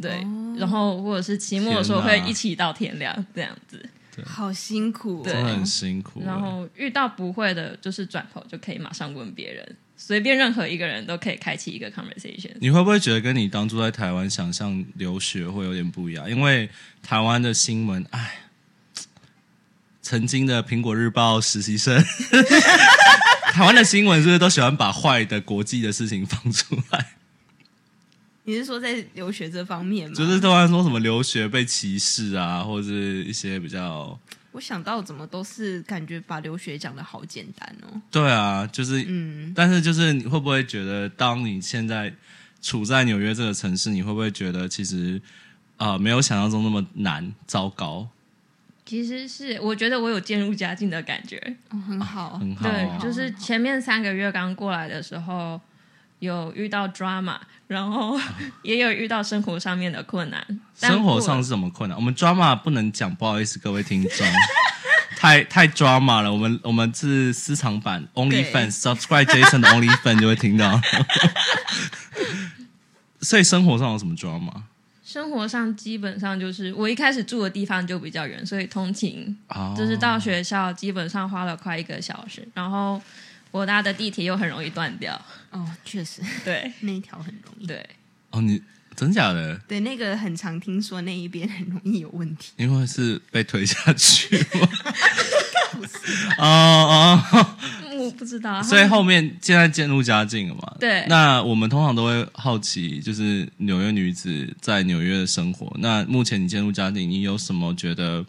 C: 对，然后或者是期末的时候会
A: 天哪
C: 一起到天亮这样子。
B: 好辛苦、
A: 真的
B: 哦，
A: 很辛苦、欸
C: 然后遇到不会的，就是转头就可以马上问别人，随便任何一个人都可以开启一个 conversation。
A: 你会不会觉得跟你当初在台湾想象留学会有点不一样？因为台湾的新闻，哎，曾经的《苹果日报》实习生， [LAUGHS] 台湾的新闻是不是都喜欢把坏的国际的事情放出来？
B: 你是说在留学这方面吗？
A: 就是都在说什么留学被歧视啊，或者是一些比较
B: 我想到怎么都是感觉把留学讲的好简单哦，
A: 对啊，就是
B: 嗯，
A: 但是就是你会不会觉得，当你现在处在纽约这个城市，你会不会觉得其实啊、呃没有想象中那么难糟糕？
C: 其实是我觉得我有渐入佳境的感觉，
B: 哦很好，
A: 很好、
C: 对
A: 哦，，
C: 就是前面三个月刚过来的时候，有遇到 drama，然后 [LAUGHS] 也有遇到生活上面的困难。但
A: 生活
C: 过
A: 上是什么困难？我们 drama 不能讲，不好意思，各位听
C: [LAUGHS]
A: 众，太太 drama 了。我们我们是私藏版 Only
B: 对
A: Fans subscribe Jason 的 Only Fan 就会听到。 [LAUGHS] 所以生活上有什么 drama？
C: 生活上基本上就是我一开始住的地方就比较远，所以通勤
A: 啊、
C: 就是到学校基本上花了快一个小时，然后我搭的地铁又很容易断
A: [LAUGHS]
C: 掉。
B: 哦，确实
C: 对
B: 那一条很容易，
C: 对，
A: 哦，你真假的？
B: 对，那个很常听说那一边很容易有问题，
A: 因为是被推下去
C: [LAUGHS]
A: 吗？哦哦，
C: 嗯我不知道。
A: 所以后面现在渐入佳境了嘛？
C: 对
A: 那我们通常都会好奇，就是纽约女子在纽约的生活。那目前你渐入佳境，你有什么觉得嘖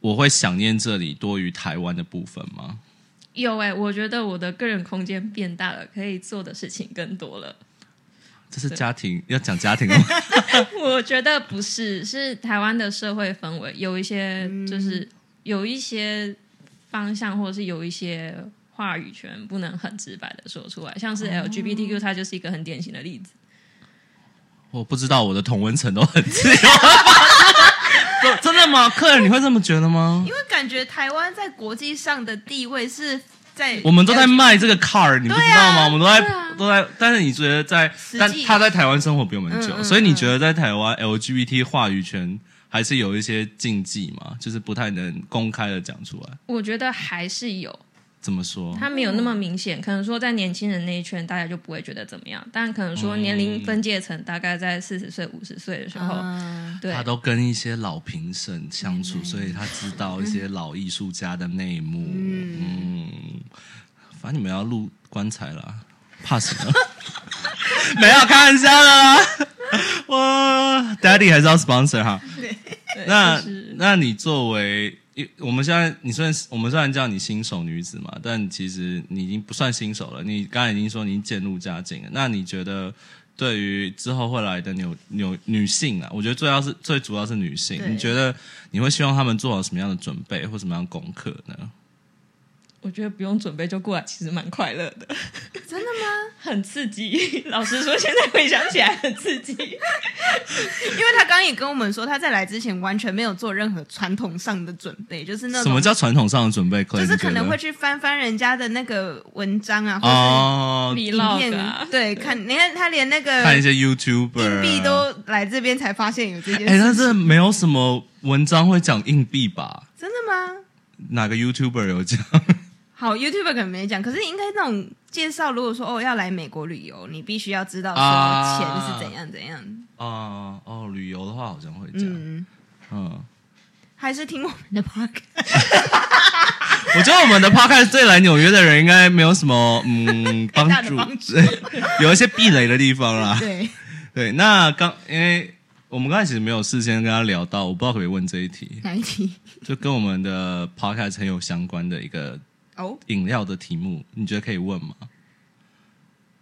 A: 我会想念这里多于台湾的部分吗？
C: 有哎、我觉得我的个人空间变大了，可以做的事情更多了。
A: 这是家庭要讲家庭了吗？
C: [LAUGHS] 我觉得不是，是台湾的社会氛围有一些，就是有一些方向，或者是有一些话语权不能很直白的说出来，像是 LGBTQ，它就是一个很典型的例子。
A: 我不知道我的同温层都很自由，不 [LAUGHS] 真的吗？客人你会这么觉得吗？
B: 因为感觉台湾在国际上的地位是在
A: 我们都在卖这个 car，你不知道吗？
B: 对啊
A: 我们都在、
C: 对啊
A: 都在，但是你觉得在，
B: 实际
A: 但他在台湾生活比我们久，
B: 嗯嗯
A: 所以你觉得在台湾 LGBT 话语权还是有一些禁忌嘛？就是不太能公开的讲出来。
C: 我觉得还是有，
A: 怎么说？
C: 它没有那么明显。可能说在年轻人那一圈，大家就不会觉得怎么样，但可能说
A: 嗯
C: 年龄分界层大概在四十岁、五十岁的时候，
B: 嗯
C: 对
A: 他，都跟一些老评审相处，所以他知道一些老艺术家的内幕。嗯，反正你们要录棺材啦，怕什么？ [LAUGHS] 没有开玩笑的啦。哇，Daddy 还是要 sponsor 哈。
C: 对
A: 那
C: 就是
A: 那你作为一，我们现在你虽然我们虽然叫你新手女子嘛，但其实你已经不算新手了。你刚才已经说你已经渐入佳境了，那你觉得对于之后会来的女女女性啊，我觉得最要是最主要是女性，
B: 对
A: 你觉得你会希望她们做好什么样的准备或什么样的功课呢？
C: 我觉得不用准备就过来，其实蛮快乐的，
B: 真的吗？
C: [LAUGHS] 很刺激。 [LAUGHS] 老实说，现在回想起来很刺
A: [LAUGHS]
C: 激。
B: 因为他刚刚也跟我们说，他在来之前完全没有做任何传统上的准备，就是那
A: 什么
B: 种
A: 叫传统上的准备？
B: 就是可能会
A: 你觉
B: 去翻翻人家的那个文章啊，
A: 得
B: 或者
A: 哦，
B: 是
C: 你
B: 影
C: 老
B: 片，
C: 啊，
B: 对，看你看他连那个
A: 看一些 YouTuber
B: 硬币
A: 啊
B: 都来这边才发现有这件
A: [LAUGHS] 哎，但
B: 事，
A: 是没有什么文章会讲硬币吧？
B: 真的吗？
A: 哪个 YouTuber 有讲？
B: 好，YouTube 可能没讲，可是应该那种介绍，如果说哦要来美国旅游，你必须要知道
A: 啊
B: 说钱是怎样怎样，
A: 啊、哦，旅游的话好像会讲，嗯，
B: 嗯，还是听我们的 [LAUGHS] p o d
A: 我觉得我们的 podcast 对来纽约的人应该没有什么嗯帮
B: 大的
A: 助，
B: 帮
A: [LAUGHS]
B: 助
A: 有一些避雷的地方
B: [LAUGHS]
A: 啦。
B: 对，
A: 对，那刚因为我们刚才其实没有事先跟他聊到，我不知道可不可以问这一题，
B: 哪一题？
A: 就跟我们的 podcast 很有相关的一个
B: 哦，
A: 饮料的题目，你觉得可以问吗？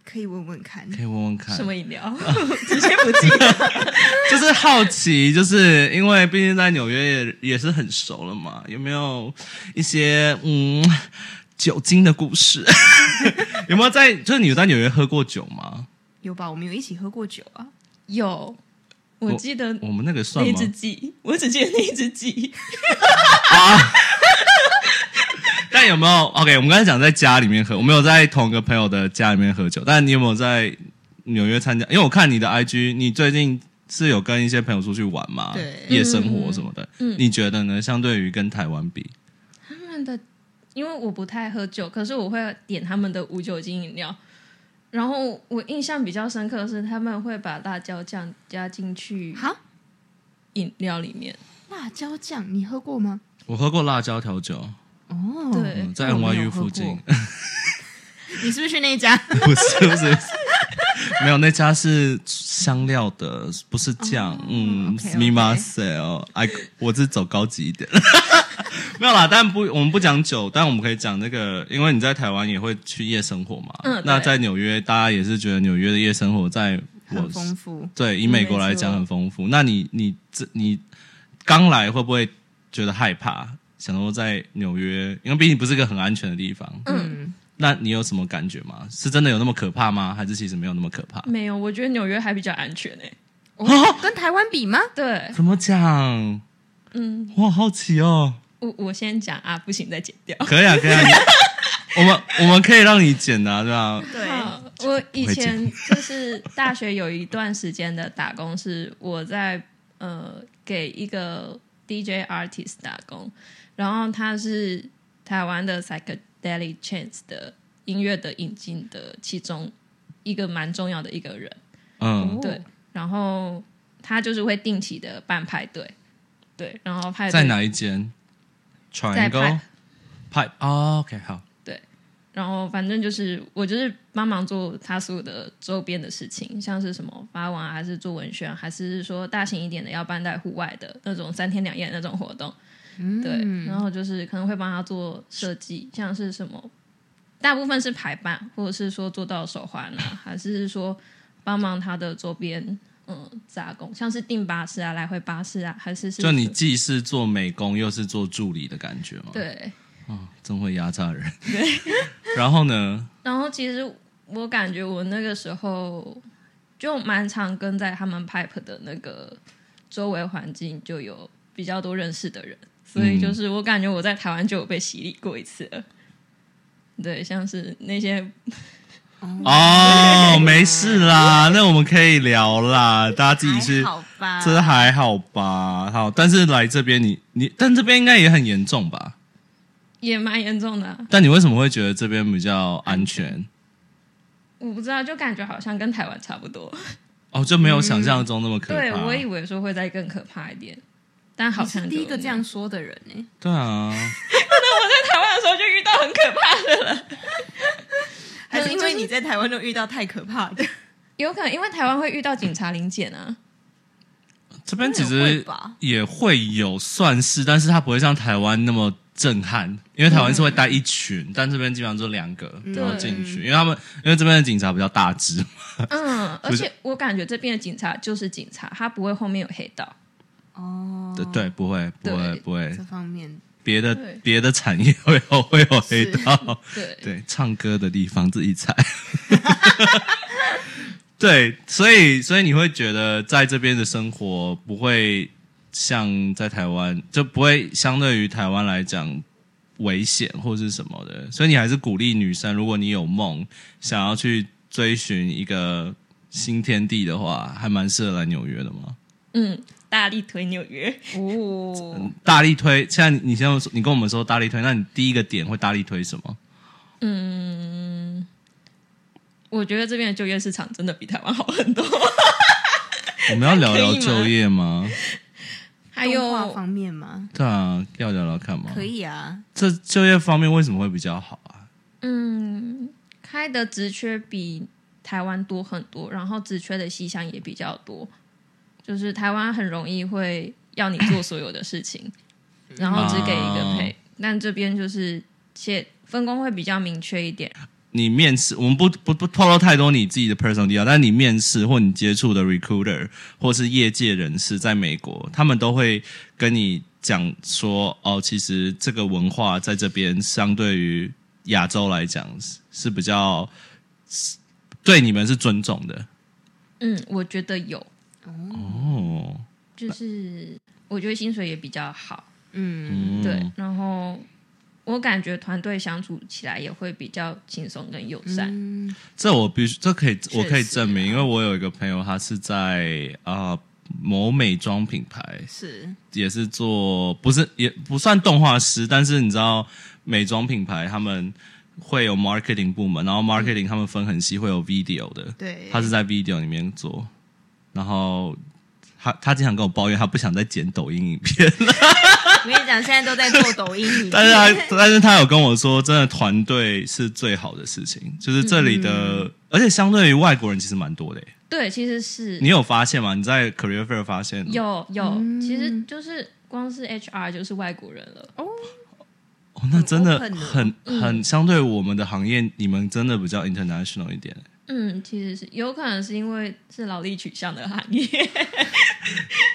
B: 可以问问看。
A: 可以问问看，
C: 什么饮料？
A: 哎
C: 直接不记得。
A: [LAUGHS] 就是好奇，就是因为毕竟在纽约也也是很熟了嘛，有没有一些嗯酒精的故事？ [LAUGHS] 有没有在就是你有在纽约喝过酒吗？
B: 有吧？我们有一起喝过酒啊。
C: 有，我记得
A: 我们那个算
C: 那一
A: 吗
C: 只？鸡，我只记得那一只鸡。
A: 但有没有 OK？我们刚才讲在家里面喝，我们有在同一个朋友的家里面喝酒，但你有没有在纽约参加？因为我看你的 IG，你最近是有跟一些朋友出去玩嘛？
B: 对
A: 夜生活什么的，你觉得呢？相对于跟台湾比，
C: 他们的，因为我不太喝酒，可是我会点他们的无酒精饮料。然后我印象比较深刻的是，他们会把辣椒酱加进去
B: 哈，
C: 饮料里面。
B: 辣椒酱你喝过吗？
A: 我喝过辣椒调酒，
B: 哦，
C: 对
A: 嗯，在
B: 我没有
A: NYU
B: 喝
A: 附
B: 过
A: 近。
B: 你是不是去那一家？
A: 不是不是， [LAUGHS] 没有那家是香料的，不是酱。嗯
B: 哦 OK，OK
A: 密码 sale，哎，我是走高级一点。 [LAUGHS] 没有啦，但不，我们不讲酒，但我们可以讲那个，因为你在台湾也会去夜生活嘛。
C: 嗯对
A: 那在纽约，大家也是觉得纽约的夜生活在 [LAUGHS] 我
B: 很丰富。
A: 对以美国来讲很丰富。那你你这你刚来会不会觉得害怕？想说在纽约，因为毕竟不是一个很安全的地方。
B: 嗯，
A: 那你有什么感觉吗？是真的有那么可怕吗？还是其实没有那么可怕？
C: 没有，我觉得纽约还比较安全欸诶、
B: 哦跟台湾比吗？
C: 对，
A: 怎么讲？
C: 嗯，
A: 我好奇哦。
C: 我我先讲啊，不行再剪掉。
A: 可以啊，可以啊。你我们我们可以让你剪的、啊，对吧？
B: 对
C: 好，我以前就是大学有一段时间的打工是我在呃给一个 DJ artist 打工，然后他是台湾的 psychedelic chance 的音乐的引进的其中一个蛮重要的一个人，
A: 嗯，
B: 哦
C: 对，然后他就是会定期的办派对，对，然后派对
A: 在哪一间
C: 在
A: ？Triangle
C: 派，
A: 派哦，OK，好。
C: 然后反正就是我就是帮忙做他所有的周边的事情，像是什么发文啊，还是做文宣啊，还是说大型一点的要办在户外的那种三天两夜的那种活动，
A: 嗯
C: 对。然后就是可能会帮他做设计，像是什么，大部分是排版，或者是说做到手环啊，还是说帮忙他的周边。嗯，杂工像是订巴士啊，来回巴士啊，还是是
A: 就你既是做美工，又是做助理的感觉吗？，哦
C: 对，
A: 真会压榨人。 [LAUGHS] 然后呢？
C: 然后其实我感觉我那个时候就蛮常跟在他们 pipe 的那个周围环境就有比较多认识的人，所以
A: 嗯
C: 就是我感觉我在台湾就有被洗礼过一次了。对，像是那些
A: 哦，没事啦，那我们可以聊啦，大家自己
B: 还
A: 是。
B: 好
C: 啊
B: 吧？
A: 这还好吧，好，但是来这边你你，但这边应该也很严重吧？
C: 也蛮严重的啊、
A: 但你为什么会觉得这边比较安全？
C: 我不知道，就感觉好像跟台湾差不多。
A: 哦，就没有想象中那么可怕。
C: 对我以为说会再更可怕一点，但好
B: 你
C: 像
B: 是
C: 就
B: 第一个这样说的人呢、欸
A: 对啊，
C: [LAUGHS] 台湾的时候就遇到很可怕的 [LAUGHS] 了。
B: 还是因为
C: 就是
B: 你在台湾都遇到太可怕的？
C: 有可能因为台湾会遇到警察临检啊，
A: 这边其
B: 真的会
A: 实
B: 吧
A: 也会有算是，但是它不会像台湾那么震撼，因为台湾是会带一
C: 嗯
A: 群，但这边基本上就两个然后进去，因为他们因为这边的警察比较大只，
C: 嗯，而
A: 不是
C: 且我感觉这边的警察就是警察，他不会后面有黑道。
B: 哦，
A: 对对，不会不会
C: 对
A: 不会
B: 这，方面
A: 别的
C: 对
A: 别的产业会有会有黑道。
C: 对，
A: 对，唱歌的地方自己踩。 [LAUGHS] 对，所以所以你会觉得在这边的生活不会像在台湾，就不会相对于台湾来讲危险或是什么的。所以你还是鼓励女生，如果你有梦想要去追寻一个新天地的话，还蛮适合来纽约的嘛。
C: 嗯，大力推纽约。
B: 哦，
A: 大力推，现在你先说，你跟我们说大力推，那你第一个点会大力推什么？
C: 嗯我觉得这边的就业市场真的比台湾好很多，
A: 我们要聊聊
C: 可以吗
A: 就业吗？
C: [LAUGHS] 还
B: 动画
C: 有
B: 方面吗？
A: 对啊，要聊聊看吗？
B: 哎可以啊，
A: 这就业方面为什么会比较好啊？
C: 嗯，开的职缺比台湾多很多，然后职缺的细项也比较多，就是台湾很容易会要你做所有的事情，然后只给一个配，但这边就是且分工会比较明确一点。
A: 你面试，我们不不不透露太多你自己的 personal detail，但你面试或你接触的 recruiter 或是业界人士，在美国，他们都会跟你讲说，哦，其实这个文化在这边相对于亚洲来讲是是比较是对你们是尊重的
C: 嗯，我觉得有，
A: 哦。
C: 就是我觉得薪水也比较好，
B: 嗯，
A: 嗯
C: 对，然后我感觉团队相处起来也会比较轻松跟友善。
B: 嗯
A: 这我必须，这可以，
B: 啊
C: 实
A: 我可以证明，因为我有一个朋友，他是在啊、呃某美妆品牌
B: 是
A: 也是做不是也不算动画师，但是你知道美妆品牌他们会有 marketing 部门，然后 marketing 他们分很细，会有 video 的，
B: 对，
A: 他是在 video 里面做，然后他他经常跟我抱怨，他不想再剪抖音影片，
B: 我跟你讲，现在都在做抖音影片，
A: 但是他但是他有跟我说，真的团队是最好的事情，就是这里的，而且相对于外国人其实蛮多的耶。欸
C: 对，其实是
A: 你有发现吗？你在 Career Fair 发现吗
C: 有有，
B: 嗯
C: 其实就是光是 HR 就是外国人了。
A: 哦，那真的
B: 很 open 哦
A: 很很相对我们的行业，你们真的比较 international 一点。
C: 嗯，其实是有可能是因为是劳力取向的行业。 [LAUGHS]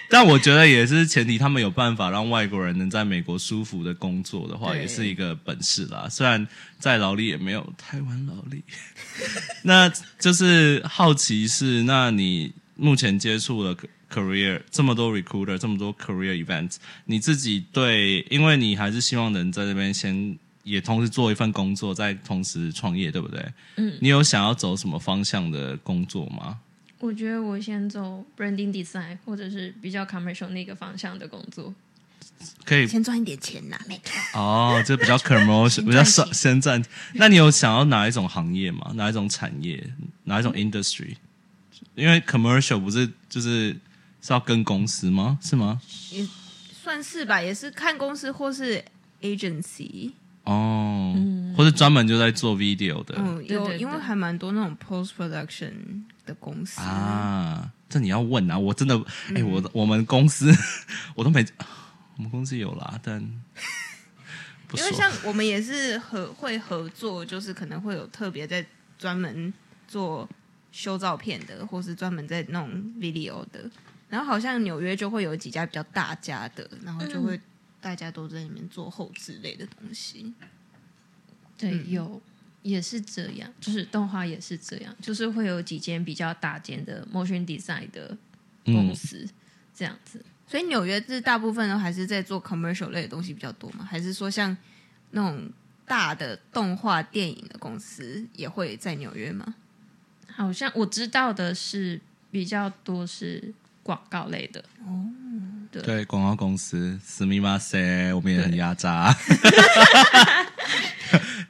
A: 但我觉得也是前提，他们有办法让外国人能在美国舒服的工作的话，
B: 对
A: 也是一个本事啦。虽然在劳力也没有台湾劳力， [LAUGHS] 那就是好奇是，那你目前接触了 career 这么多 recruiter，这么多 career events，你自己对，因为你还是希望能在这边先。也同时做一份工作，再同时创业，对不对？嗯，你有想要走什么方向的工作吗？
C: 我觉得我先走 branding design 或者是比较 commercial 那个方向的工作。
A: 可以
B: 先赚一点钱呐，没错，
A: 哦，这比较
B: [LAUGHS]
A: commercial，
B: 先
A: 比较
B: 赚
A: 少
B: 钱
A: 先赚。那你有想要哪一种行业吗？哪一种产业？哪一种 industry？因为 commercial 不是就是是要跟公司吗？是吗？
B: 算是吧，也是看公司或是 agency，
A: 哦，或者专门就在做 video 的、
B: 嗯，
C: 对
B: 有
C: 对
B: 因为
C: 对
B: 还蛮多那种 post production 的公司，
A: 啊？这你要问啊！我真的，
B: 嗯
A: 哎、我我们公司 [LAUGHS] 我都没，我们公司有啦，
B: [LAUGHS]
A: 但不
B: 因
A: 说
B: 为像我们也是合会合作，就是可能会有特别在专门做修照片的，或是专门在弄 video 的。然后好像纽约就会有几家比较大家的，然后就
C: 嗯
B: 会大家都在里面做后置类的东西。
C: 对，
B: 嗯
C: 有也是这样，就是动画也是这样，就是
A: 嗯
C: 会有几间比较大间的 motion design 的公司、这样子。
B: 所以纽约是大部分都还是在做 commercial 类的东西比较多吗？还是说像那种大的动画电影的公司也会在纽约吗？
C: 好像我知道的是比较多是广告类的，
A: 对，广告公司死密马塞，我们也很压榨。 [LAUGHS]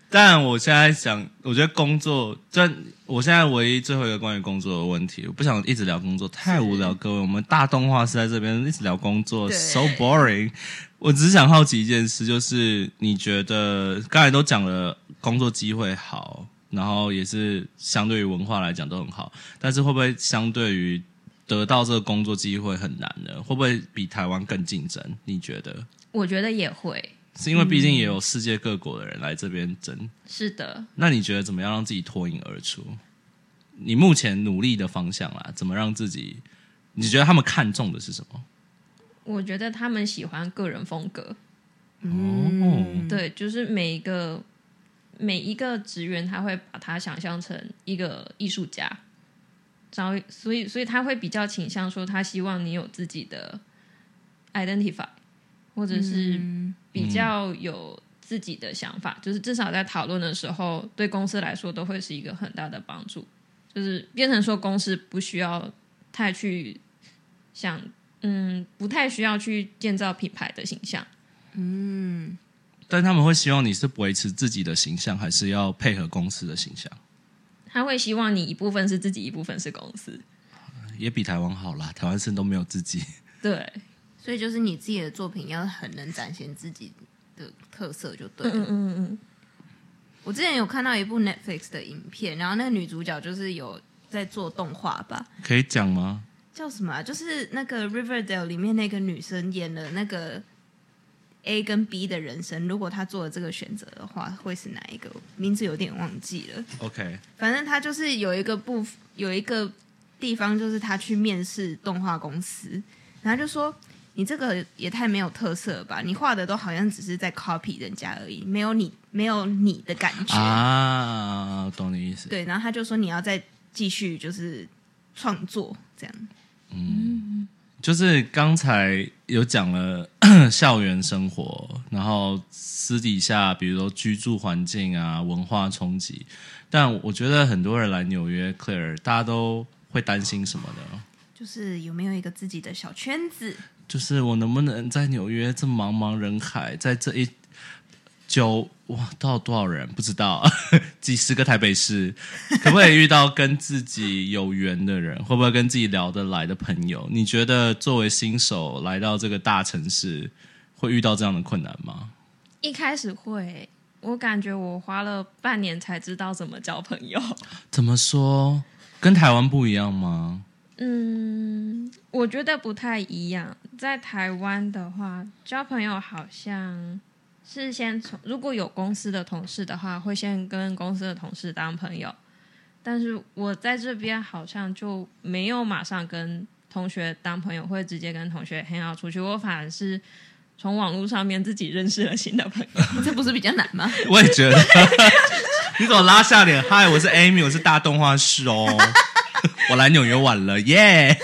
A: 但我现在想，我觉得工作，这我现在唯一最后一个关于工作的问题，我不想一直聊工作，太无聊。各位，我们大动画是在这边一直聊工作
B: 对
A: ，so boring。我只是想好奇一件事，就是你觉得刚才都讲了工作机会好，然后也是相对于文化来讲都很好，但是会不会相对于得到这个工作机会很难呢？会不会比台湾更竞争？你觉得？
C: 我觉得也会
A: 是因为毕竟也有世界各国的人来这边争，
C: 是的。
A: 那你觉得怎么样让自己脱颖而出？你目前努力的方向啦，怎么让自己？你觉得他们看重的是什么？
C: 我觉得他们喜欢个人风格，
A: 哦，
C: 对，就是每一个每一个职员，他会把他想象成一个艺术家，然后所以所以他会比较倾向说，他希望你有自己的 identify，或者是比较有自己的想法，就是至少在讨论的时候，对公司来说都会是一个很大的帮助，就是变成说公司不需要太去想。嗯，不太需要去建造品牌的形象。
A: 但他们会希望你是维持自己的形象，还是要配合公司的形象？
C: 他会希望你一部分是自己，一部分是公司。
A: 也比台湾好啦，台湾是都没有自己。
C: 对，
B: 所以就是你自己的作品要很能展现自己的特色就对了。
C: 嗯嗯，
B: 我之前有看到一部 Netflix 的影片，然后那个女主角就是有在做动画吧，
A: 可以讲吗？
B: 叫什么、啊？就是那个 Riverdale 里面那个女生演的那个 A 跟 B 的人生，如果她做了这个选择的话，会是哪一个？名字有点忘记了。
A: OK，
B: 反正她就是有一个部有一个地方，就是她去面试动画公司，然后就说。你这个也太没有特色了吧！你画的都好像只是在 copy 人家而已，没有你没有你的感觉。
A: 啊，懂你意思。
B: 对，然后他就说你要再继续就是创作这样。
A: 就是刚才有讲了 [COUGHS] 校园生活，然后私底下，比如说居住环境啊、文化冲击，但我觉得很多人来纽约 Claire，大家都会担心什么呢？
B: 就是有没有一个自己的小圈子？
A: 就是我能不能在纽约这茫茫人海，在这一九哇，到多少人不知道， [LAUGHS] 几十个台北市， [LAUGHS] 可不可以遇到跟自己有缘的人？会不会跟自己聊得来的朋友？你觉得作为新手来到这个大城市，会遇到这样的困难吗？
C: 一开始会，我感觉我花了半年才知道怎么交朋友。 [LAUGHS]
A: 怎么说？跟台湾不一样吗？
C: 嗯，我觉得不太一样。在台湾的话，交朋友好像是先从如果有公司的同事的话，会先跟公司的同事当朋友。但是我在这边好像就没有马上跟同学当朋友，会直接跟同学 hang out 出去。我反而是从网络上面自己认识了新的朋友。
B: [LAUGHS] 这不是比较难吗？
A: [LAUGHS] 我也觉得。你怎么拉下脸？嗨，我是 Amy，我是大动画师哦。 [LAUGHS] 我来纽约晚了，耶、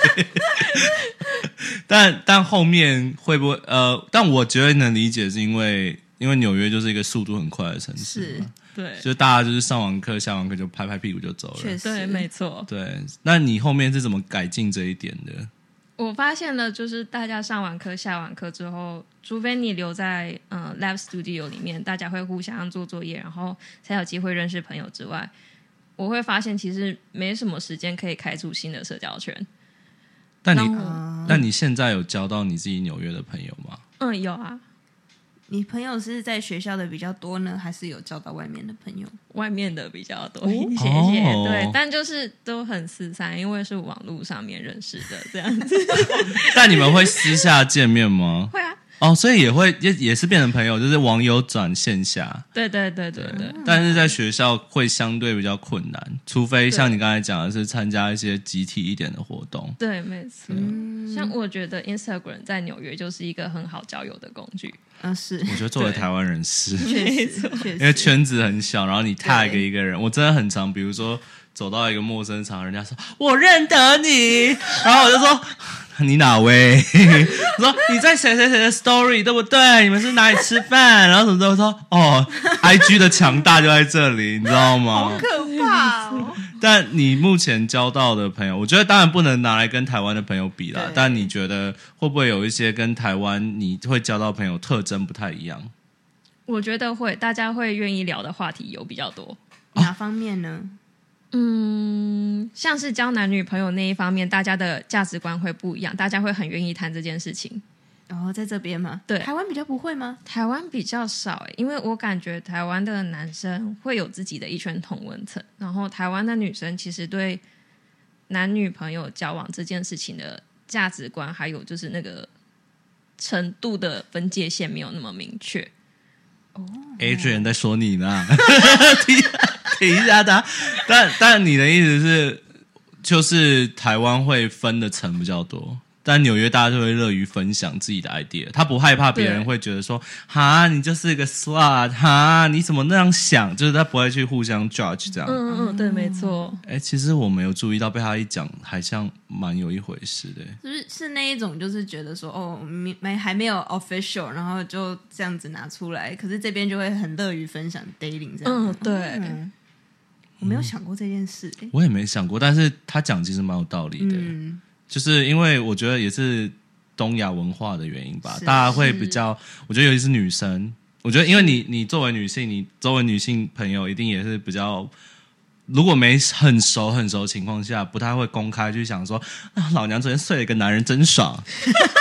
A: [LAUGHS] 但但后面会不会呃？但我觉得能理解，是因为因为纽约就是一个速度很快的城市
B: 是
A: 嘛，，
C: 对，
A: 就大家就是上完课下完课就拍拍屁股就走了
B: 确。实
C: 对，没错。
A: 对，那你后面是怎么改进这一点的？
C: 我发现了，就是大家上完课、下完课之后，除非你留在嗯、呃 Lab Studio 里面，大家会互相做作业，然后才有机会认识朋友之外，我会发现其实没什么时间可以开出新的社交圈。哦
A: 但你
C: 然后
A: 但你现在有交到你自己纽约的朋友吗？ [LAUGHS]
C: 嗯，有啊，
B: 你朋友是在学校的比较多呢，还是有交到外面的朋友？
C: 外面的比较多一些
A: 哦
C: 些，
A: 哦
C: [LAUGHS] 对，但就是都很四散，因为是网络上面认识的这样 [LAUGHS] 子。
A: 但你们会私下见面吗？
C: 会啊，
A: 哦，所以也会也也是变成朋友，就是网友转线下。
C: 对对对对对，
A: 但是在学校会相对比较困难，除非像你刚才讲的是参加一些集体一点的活动。
C: 对，没错。像我觉得 Instagram 在纽约就是一个很好交友的工具。
B: 嗯、是，
A: 我觉得作为
C: 对
A: 台湾人是，
B: 确实，
A: [LAUGHS]
B: 确
A: 嗯因为
B: 实，
A: 圈子很小，然后你 tag
B: 对
A: 一个人，我真的很常，比如说走到一个陌生场，人家说我认得你，然后我就说你哪位？我说你在谁谁谁的 story 对不对？你们是哪里吃饭？然后什么的，我说哦，IG 的强大就在这里，你知道吗？
B: 可怕、哦！
A: 但你目前交到的朋友，我觉得当然不能拿来跟台湾的朋友比啦
B: 对。
A: 但你觉得会不会有一些跟台湾你会交到朋友特征不太一样？
C: 我觉得会，大家会愿意聊的话题有比较多。
B: 哪方面呢？
C: 嗯，像是交男女朋友那一方面，大家的价值观会不一样，大家会很愿意谈这件事情。
B: 然、后在这边吗？
C: 对
B: 台湾比较不会吗？
C: 台湾比较少、欸，因为我感觉台湾的男生会有自己的一圈同温层，然后台湾的女生其实对男女朋友交往这件事情的价值观，还有就是那个程度的分界线没有那么明确。
A: Adrian 在说你呢，提提一下他。但但你的意思是，就是台湾会分的层比较多，但纽约大家就会乐于分享自己的 idea，他不害怕别人
C: 对
A: 会觉得说，哈，你就是一个 slut，哈，你怎么那样想？就是他不会去互相 judge 这样。
C: 嗯嗯，对，没错。
A: 哎、其实我没有注意到，被他一讲，还像蛮有一回事的。
B: 就是是那一种，就是觉得说哦，没没还没有 official，然后就这样子拿出来，可是这边就会很乐于分享 dating 这样。
C: 嗯，对，
B: 嗯我没有想过这件事、 [LAUGHS] 欸。
A: 我也没想过，但是他讲其实蛮有道理的。
B: 嗯，
A: 就是因为我觉得也是东亚文化的原因吧，
B: 是
A: 大家会比较，我觉得尤其是女生，我觉得因为你你作为女性，你周围女性朋友一定也是比较。如果没很熟很熟的情况下，不太会公开去想说啊，老娘昨天睡了一个男人真
B: [LAUGHS]
A: 爽，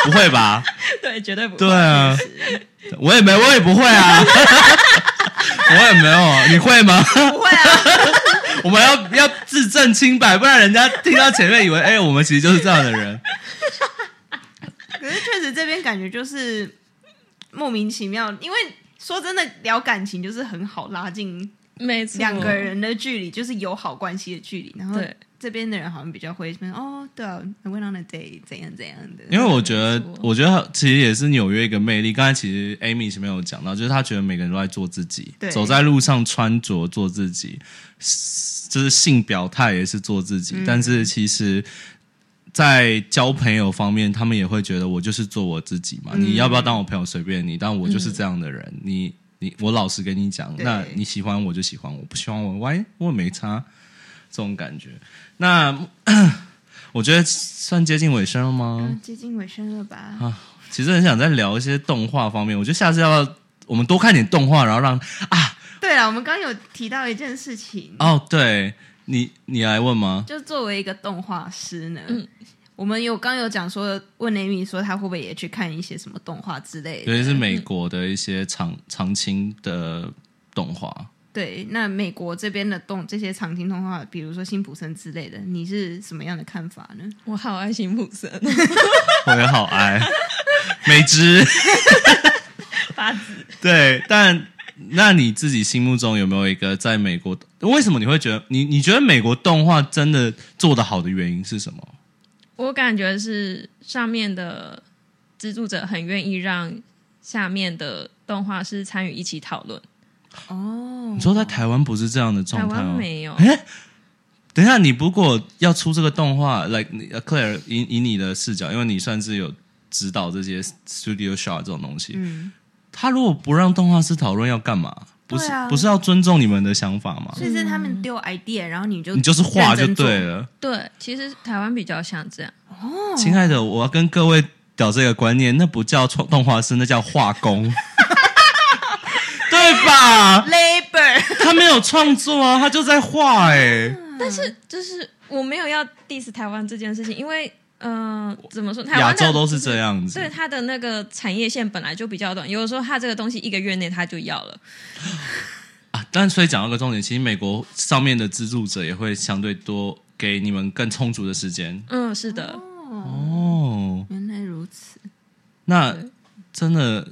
A: 不会吧？
C: 对，绝对不
A: 对啊，我也没，我也不会啊， [LAUGHS] 我也没有，你会吗？
B: 不会啊，
A: 我们要要自证清白，不然人家听到前面以为，哎、我们其实就是这样的人。
B: [LAUGHS] 可是确实这边感觉就是莫名其妙，因为说真的，聊感情就是很好拉近
C: 没错，
B: 两个人的距离，就是友好关系的距离。然后
C: 对
B: 这边的人好像比较会什么哦，对啊，I went on a date，怎样怎样的。
A: 因为我觉得
C: 没错，
A: 我觉得其实也是纽约一个魅力。刚才其实 Amy 前面有讲到，就是她觉得每个人都在做自己
B: 对，
A: 走在路上穿着做自己，就是性表态也是做自己。
B: 嗯
A: 但是其实，在交朋友方面，他们也会觉得我就是做我自己嘛。
B: 嗯
A: 你要不要当我朋友随便你，但我就是这样的人。你你我老实跟你讲，
B: 对
A: 那你喜欢我就喜欢我，不喜欢我歪我也没差，这种感觉。那 [COUGHS] 我觉得算接近尾声了吗？
B: 啊接近尾声了吧？
A: 啊其实很想再聊一些动画方面，我觉得下次要不要我们多看点动画，然后让
B: 对了，我们刚刚有提到一件事情，
A: 哦，对你你来问吗？
B: 就作为一个动画师呢，我们有刚有讲说，问 Amy 说他会不会也去看一些什么动画之类
A: 尤
B: 的。
A: 其是美国的一些长长青的动画，
B: 对，那美国这边的动这些长青动画，比如说辛普森之类的，你是什么样的看法呢？
C: 我好爱辛普森，
A: 我也好爱美芝。
C: 八字。
A: [LAUGHS] 对，但那你自己心目中有没有一个在美国？为什么你会觉得你你觉得美国动画真的做得好的原因是什么？
C: 我感觉是上面的资助者很愿意让下面的动画师参与一起讨论，
B: 哦
A: 你，说在台湾不是这样的
C: 嗯台
A: 状态
C: 湾
A: 吗？
C: 没有。
A: 哎，等一下，你如果要出这个动画，like 你呃 Claire 以以你的视角，因为你算是有指导这些 studio shot 这种东西，
B: 嗯，
A: 他如果不让动画师讨论，要干嘛？不是、
B: 对啊
A: 不是要尊重你们的想法吗？
B: 所以是他们丢 idea，然后你就
A: 你就是画就
B: 认真做
A: 对了，
C: 对，其实台湾比较像这样。
B: 嗯
A: 亲爱的，我要跟各位讲这个观念，那不叫创动画师，那叫画工， [LAUGHS] 对吧？
B: labor，
A: 他没有创作啊，他就在画哎、
B: 嗯
C: 但是就是我没有要 diss 台湾这件事情，因为嗯、呃怎么说，台湾
A: 亚
C: 的
A: 洲都是这样子
C: 对，它的那个产业线本来就比较短，有的时候它这个东西一个月内它就要了。
A: 啊，但所以讲到个重点，其实美国上面的资助者也会相对多给你们更充足的时间
C: 嗯，是的，
A: 哦。
B: 原来如此，
A: 那
C: 对
A: 真的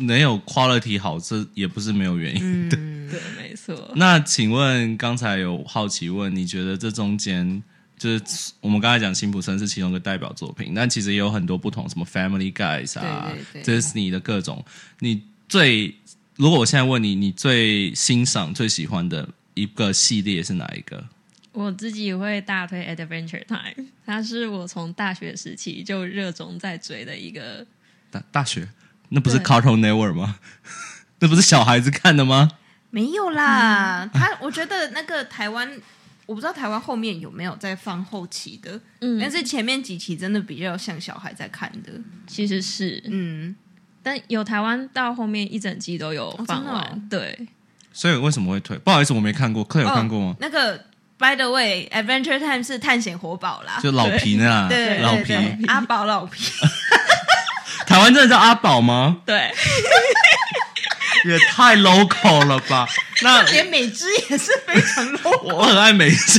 A: 能有 quality 好，这也不是没有原因。
B: 嗯，
C: 对，没错。
A: [LAUGHS] 那请问刚才有好奇问，你觉得这中间就是我们刚才讲辛普森是其中一个代表作品，但其实也有很多不同，什么 Family Guys 啊
B: 对对对
A: ，Disney 的各种，你最如果我现在问你，你最欣赏、最喜欢的一个系列是哪一个？
C: 我自己会大推 Adventure Time，它是我从大学时期就热衷在追的一个。
A: 大大学那不是
C: 对
A: Cartoon Network 吗？ [LAUGHS] 那不是小孩子看的吗？
B: 没有啦，他我觉得那个台湾，我不知道台湾后面有没有在放后期的，
C: 嗯
B: 但是前面几期真的比较像小孩在看的，
C: 其实是，
B: 嗯，
C: 但有台湾到后面一整季都有放完，
B: 哦
C: 对，
A: 所以为什么会退？不好意思，我没看过，克有看过吗？
B: 哦那个 By the way，Adventure Time 是探险活宝啦，
A: 就老皮那啦，
B: 啊对
A: 老
B: 对
A: 皮，
B: 对，阿宝老皮，
A: 台湾真的叫阿宝吗？
C: 对，
A: 也太 local 了吧？
B: [LAUGHS]
A: 那
B: 连美芝也是非常 low。
A: 我很爱美式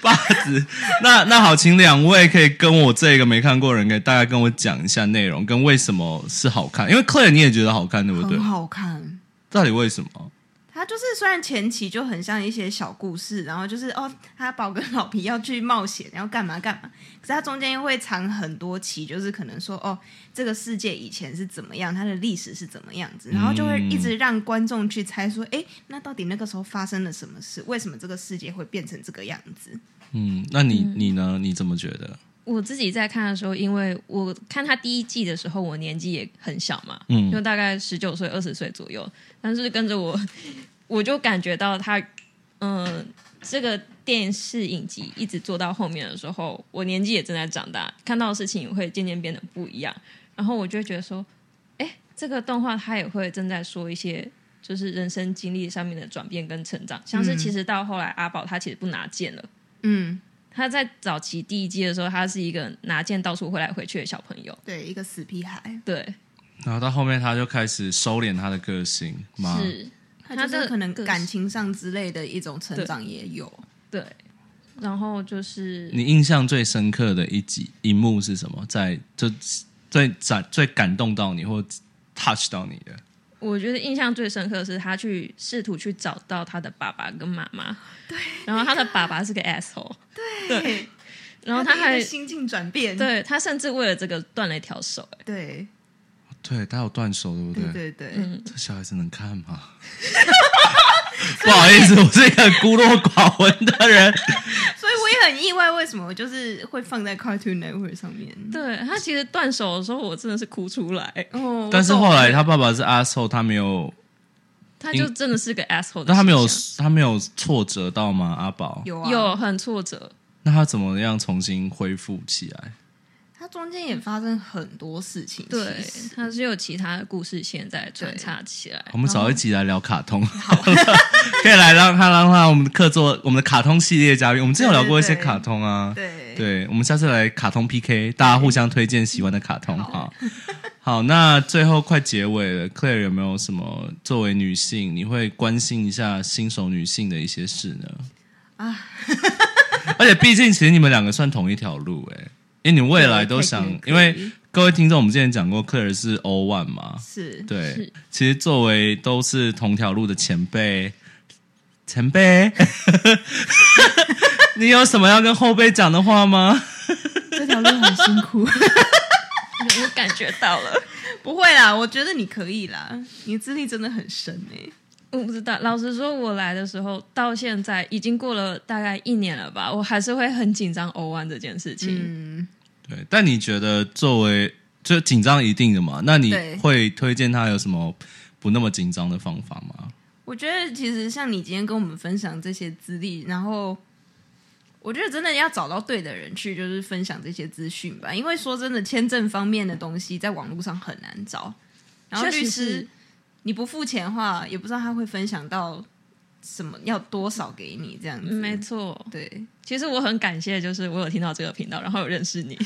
A: 八子。那那好，请两位可以跟我这个没看过的人，可以大概跟我讲一下内容跟为什么是好看。因为 Clare 你也觉得好看，对不对
B: 很？好看。
A: 到底为什么？
B: 它就是虽然前期就很像一些小故事，然后就是哦，他宝跟老皮要去冒险，然后干嘛干嘛，可是它中间会藏很多期，就是可能说哦，这个世界以前是怎么样，它的历史是怎么样子，然后就会
C: 嗯
B: 一直让观众去猜说，哎、那到底那个时候发生了什么事？为什么这个世界会变成这个样子？
A: 嗯，那你你呢？你怎么觉得？
C: 我自己在看的时候，因为我看他第一季的时候，我年纪也很小嘛，
A: 嗯
C: 就大概十九岁、二十岁左右。但是跟着我， [LAUGHS] 我就感觉到他，嗯、这个电视影集一直做到后面的时候，我年纪也正在长大，看到的事情会渐渐变得不一样。然后我就会觉得说，哎，这个动画它也会正在说一些。就是人生经历上面的转变跟成长，像是
B: 嗯
C: 其实到后来阿宝他其实不拿剑了，
B: 嗯，
C: 他在早期第一季的时候，他是一个拿剑到处挥来挥去的小朋友。
B: 对，一个死屁孩，
C: 对，
A: 然后到后面他就开始收敛他的个性吗？
C: 是，
B: 他
C: 他
B: 就是
C: 的
B: 可能
C: 个
B: 感情上之类的一种成
C: 对
B: 长也有。
C: 对。然后就是
A: 你印象最深刻的一集一幕是什么？在就最感最感动到你或 touch 到你的？
C: 我觉得印象最深刻的是他去试图去找到他的爸爸跟妈妈。对。然后他的爸爸是
B: [LAUGHS]
C: 个 asshole，
B: 对，
C: 然后
B: 他
C: 他
B: 的一
C: 还
B: 个心境转变，
C: 对他甚至为了这个断了一条手、哎
B: 对
A: 对，他有断手，对不
B: 对对对，
A: 这小孩子能看吗？不好意思，我是一个孤陋寡闻的人。
B: 所以我也很意外，为什么我就是会放在 Cartoon Network 上面。
C: 对他其实断手的时候，我真的是哭出来。
B: 哦，
A: 但是
B: 我懂
A: 后来他爸爸是阿寿，他没有，
C: 他就真的是个 asshole 的形象。
A: 那他没有，他没有挫折到吗？阿宝，
B: 有啊
C: 有很挫折。
A: 那他怎么样重新恢复起来？
B: 他中间也发生很多事情，
C: 对
B: 其实，
C: 他是有其他的故事线在穿插起来。
A: 我们找一集来聊卡通， [LAUGHS] 可以来让他让他我们的客座，我们的卡通系列嘉宾，我们之前有聊过一些
B: 对对对
A: 卡通啊，
B: 对
A: 对，我们下次来卡通 PK，大家互相推荐喜欢的卡通哈。好，那最后快结尾了，Claire 有没有什么作为女性，你会关心一下新手女性的一些事呢？ [LAUGHS] 啊，而且毕竟其实你们两个算同一条路哎、因为你未来都想
B: 对，可以
A: 因为各位听众，我们之前讲过，Claire 是 O One 嘛，
B: 是
A: 对
C: 是，
A: 其实作为都是同条路的前辈，前辈， [LAUGHS] 你有什么要跟后辈讲的话吗？
B: 这条路很辛苦。
C: 我感觉到了，
B: [LAUGHS] 不会啦，我觉得你可以啦，你的资历真的很深欸诶、
C: 我不知道。老实说，我来的时候到现在已经过了大概一年了吧，我还是会很紧张欧湾这件事情。
B: 嗯，
A: 对，但你觉得作为就紧张一定的嘛？那你
B: 对
A: 会推荐他有什么不那么紧张的方法吗？
B: 我觉得其实像你今天跟我们分享这些资历，然后我觉得真的要找到对的人去，就是分享这些资讯吧。因为说真的，签证方面的东西在网络上很难找，然后
C: 确实
B: 律
C: 是
B: 师你不付钱的话，也不知道他会分享到什么，要多少给你这样子。
C: 没错，
B: 对，
C: 其实我很感谢，就是我有听到这个频道，然后有认识
B: [LAUGHS]
C: 你。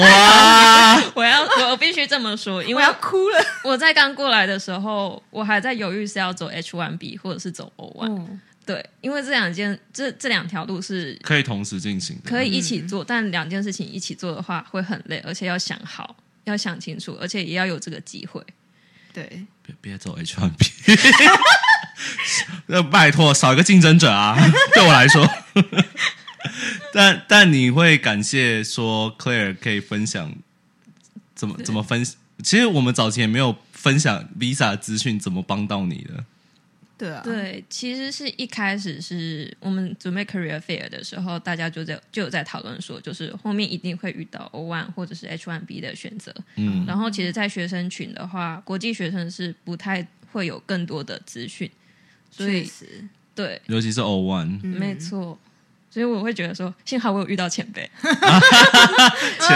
A: 哇，
C: 我要，我必须这么说，因
B: 我
C: 为
B: 要哭了。
C: 我在刚过来的时候，我还在犹豫是要走 H one B 或者是走欧湾。
B: 哦，
C: 对，因为这两件这这两条路是
A: 可以同时进行的，
C: 可以。一起
B: 嗯
C: 做，但两件事情一起做的话会很累，而且要想好，要想清楚，而且也要有这个机会。
B: 对，
A: 别别走 H one B，那拜托少一个竞争者啊！对我来说， [LAUGHS] 但但你会感谢说 Claire 可以分享怎么怎么分。其实我们早前也没有分享 Visa 资讯怎么帮到你的，
B: 对啊，
C: 对，其实是一开始是我们准备 career fair 的时候，大家就在就有在讨论说，就是后面一定会遇到 O one 或者是 H one B 的选择。
A: 嗯，
C: 然后其实，在学生群的话，国际学生是不太会有更多的资讯，所
B: 确
C: 以
B: 实，
C: 对，
A: 尤其是 O one
B: 嗯
C: 没错。所以我会觉得说，幸好我有遇到前辈， [LAUGHS]
A: 前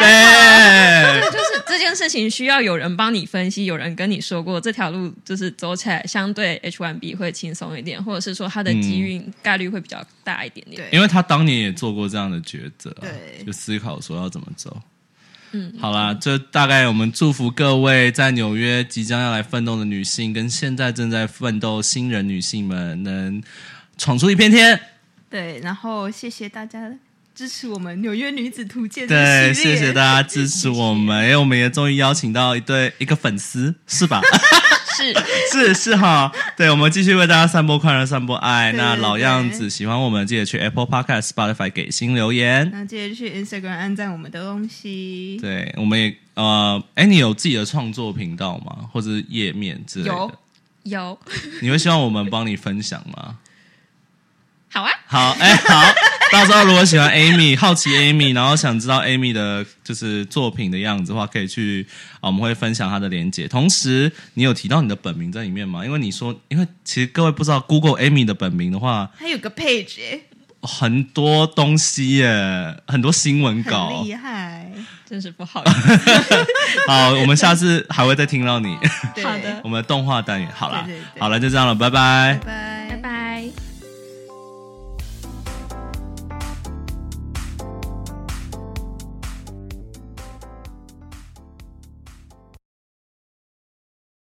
A: 辈，
C: 就是这件事情需要有人帮你分析，有人跟你说过这条路就是走起来相对 H1B 会轻松一点，或者是说它的机运概率会比较大一点点。
B: 对，
A: 因为他当年也做过这样的抉择、啊，
B: 对
A: 就思考说要怎么走。嗯，好啦，这大概我们祝福各位在纽约即将要来奋斗的女性，跟现在正在奋斗新人女性们，能闯出一片天。
B: 对，然后谢谢大家支持我们《纽约女子图鉴》
A: 对，
B: 的系列
A: 谢谢大家支持我们，因哎为我们也终于邀请到一对一个粉丝，是吧？ [LAUGHS]
B: [LAUGHS]
C: 是，
A: 是是哈，对，我们继续为大家散播快乐，散播爱。
B: 对
A: 那
B: 对
A: 老
B: 对
A: 样子，喜欢我们记得去 Apple Podcast、Spotify 给新留言。
B: [LAUGHS] 那记得去 Instagram 按赞我们的东西。
A: 对，我们也呃，哎，你有自己的创作频道吗？或者是页面之类的
B: 有？
C: 有，
A: 你会希望我们帮你分享吗？
C: 好啊，
A: 好，哎，好，到时候如果喜欢 Amy，好奇 Amy，然后想知道 Amy 的就是作品的样子的话，可以去啊，我们会分享她的链接。同时，你有提到你的本名在里面吗？因为你说，因为其实各位不知道，Google Amy 的本名的话，
B: 还有个 page 耶
A: 很多东西耶，很多新闻
B: 很
A: 稿
B: 厉。害。
C: 真是不好意思。
A: 好，我们下次还会再听到你。
B: 对
C: 好的
A: 我们的动画单元，好啦
B: 对对，对
A: 好了，就这样了，拜拜
B: 拜。拜。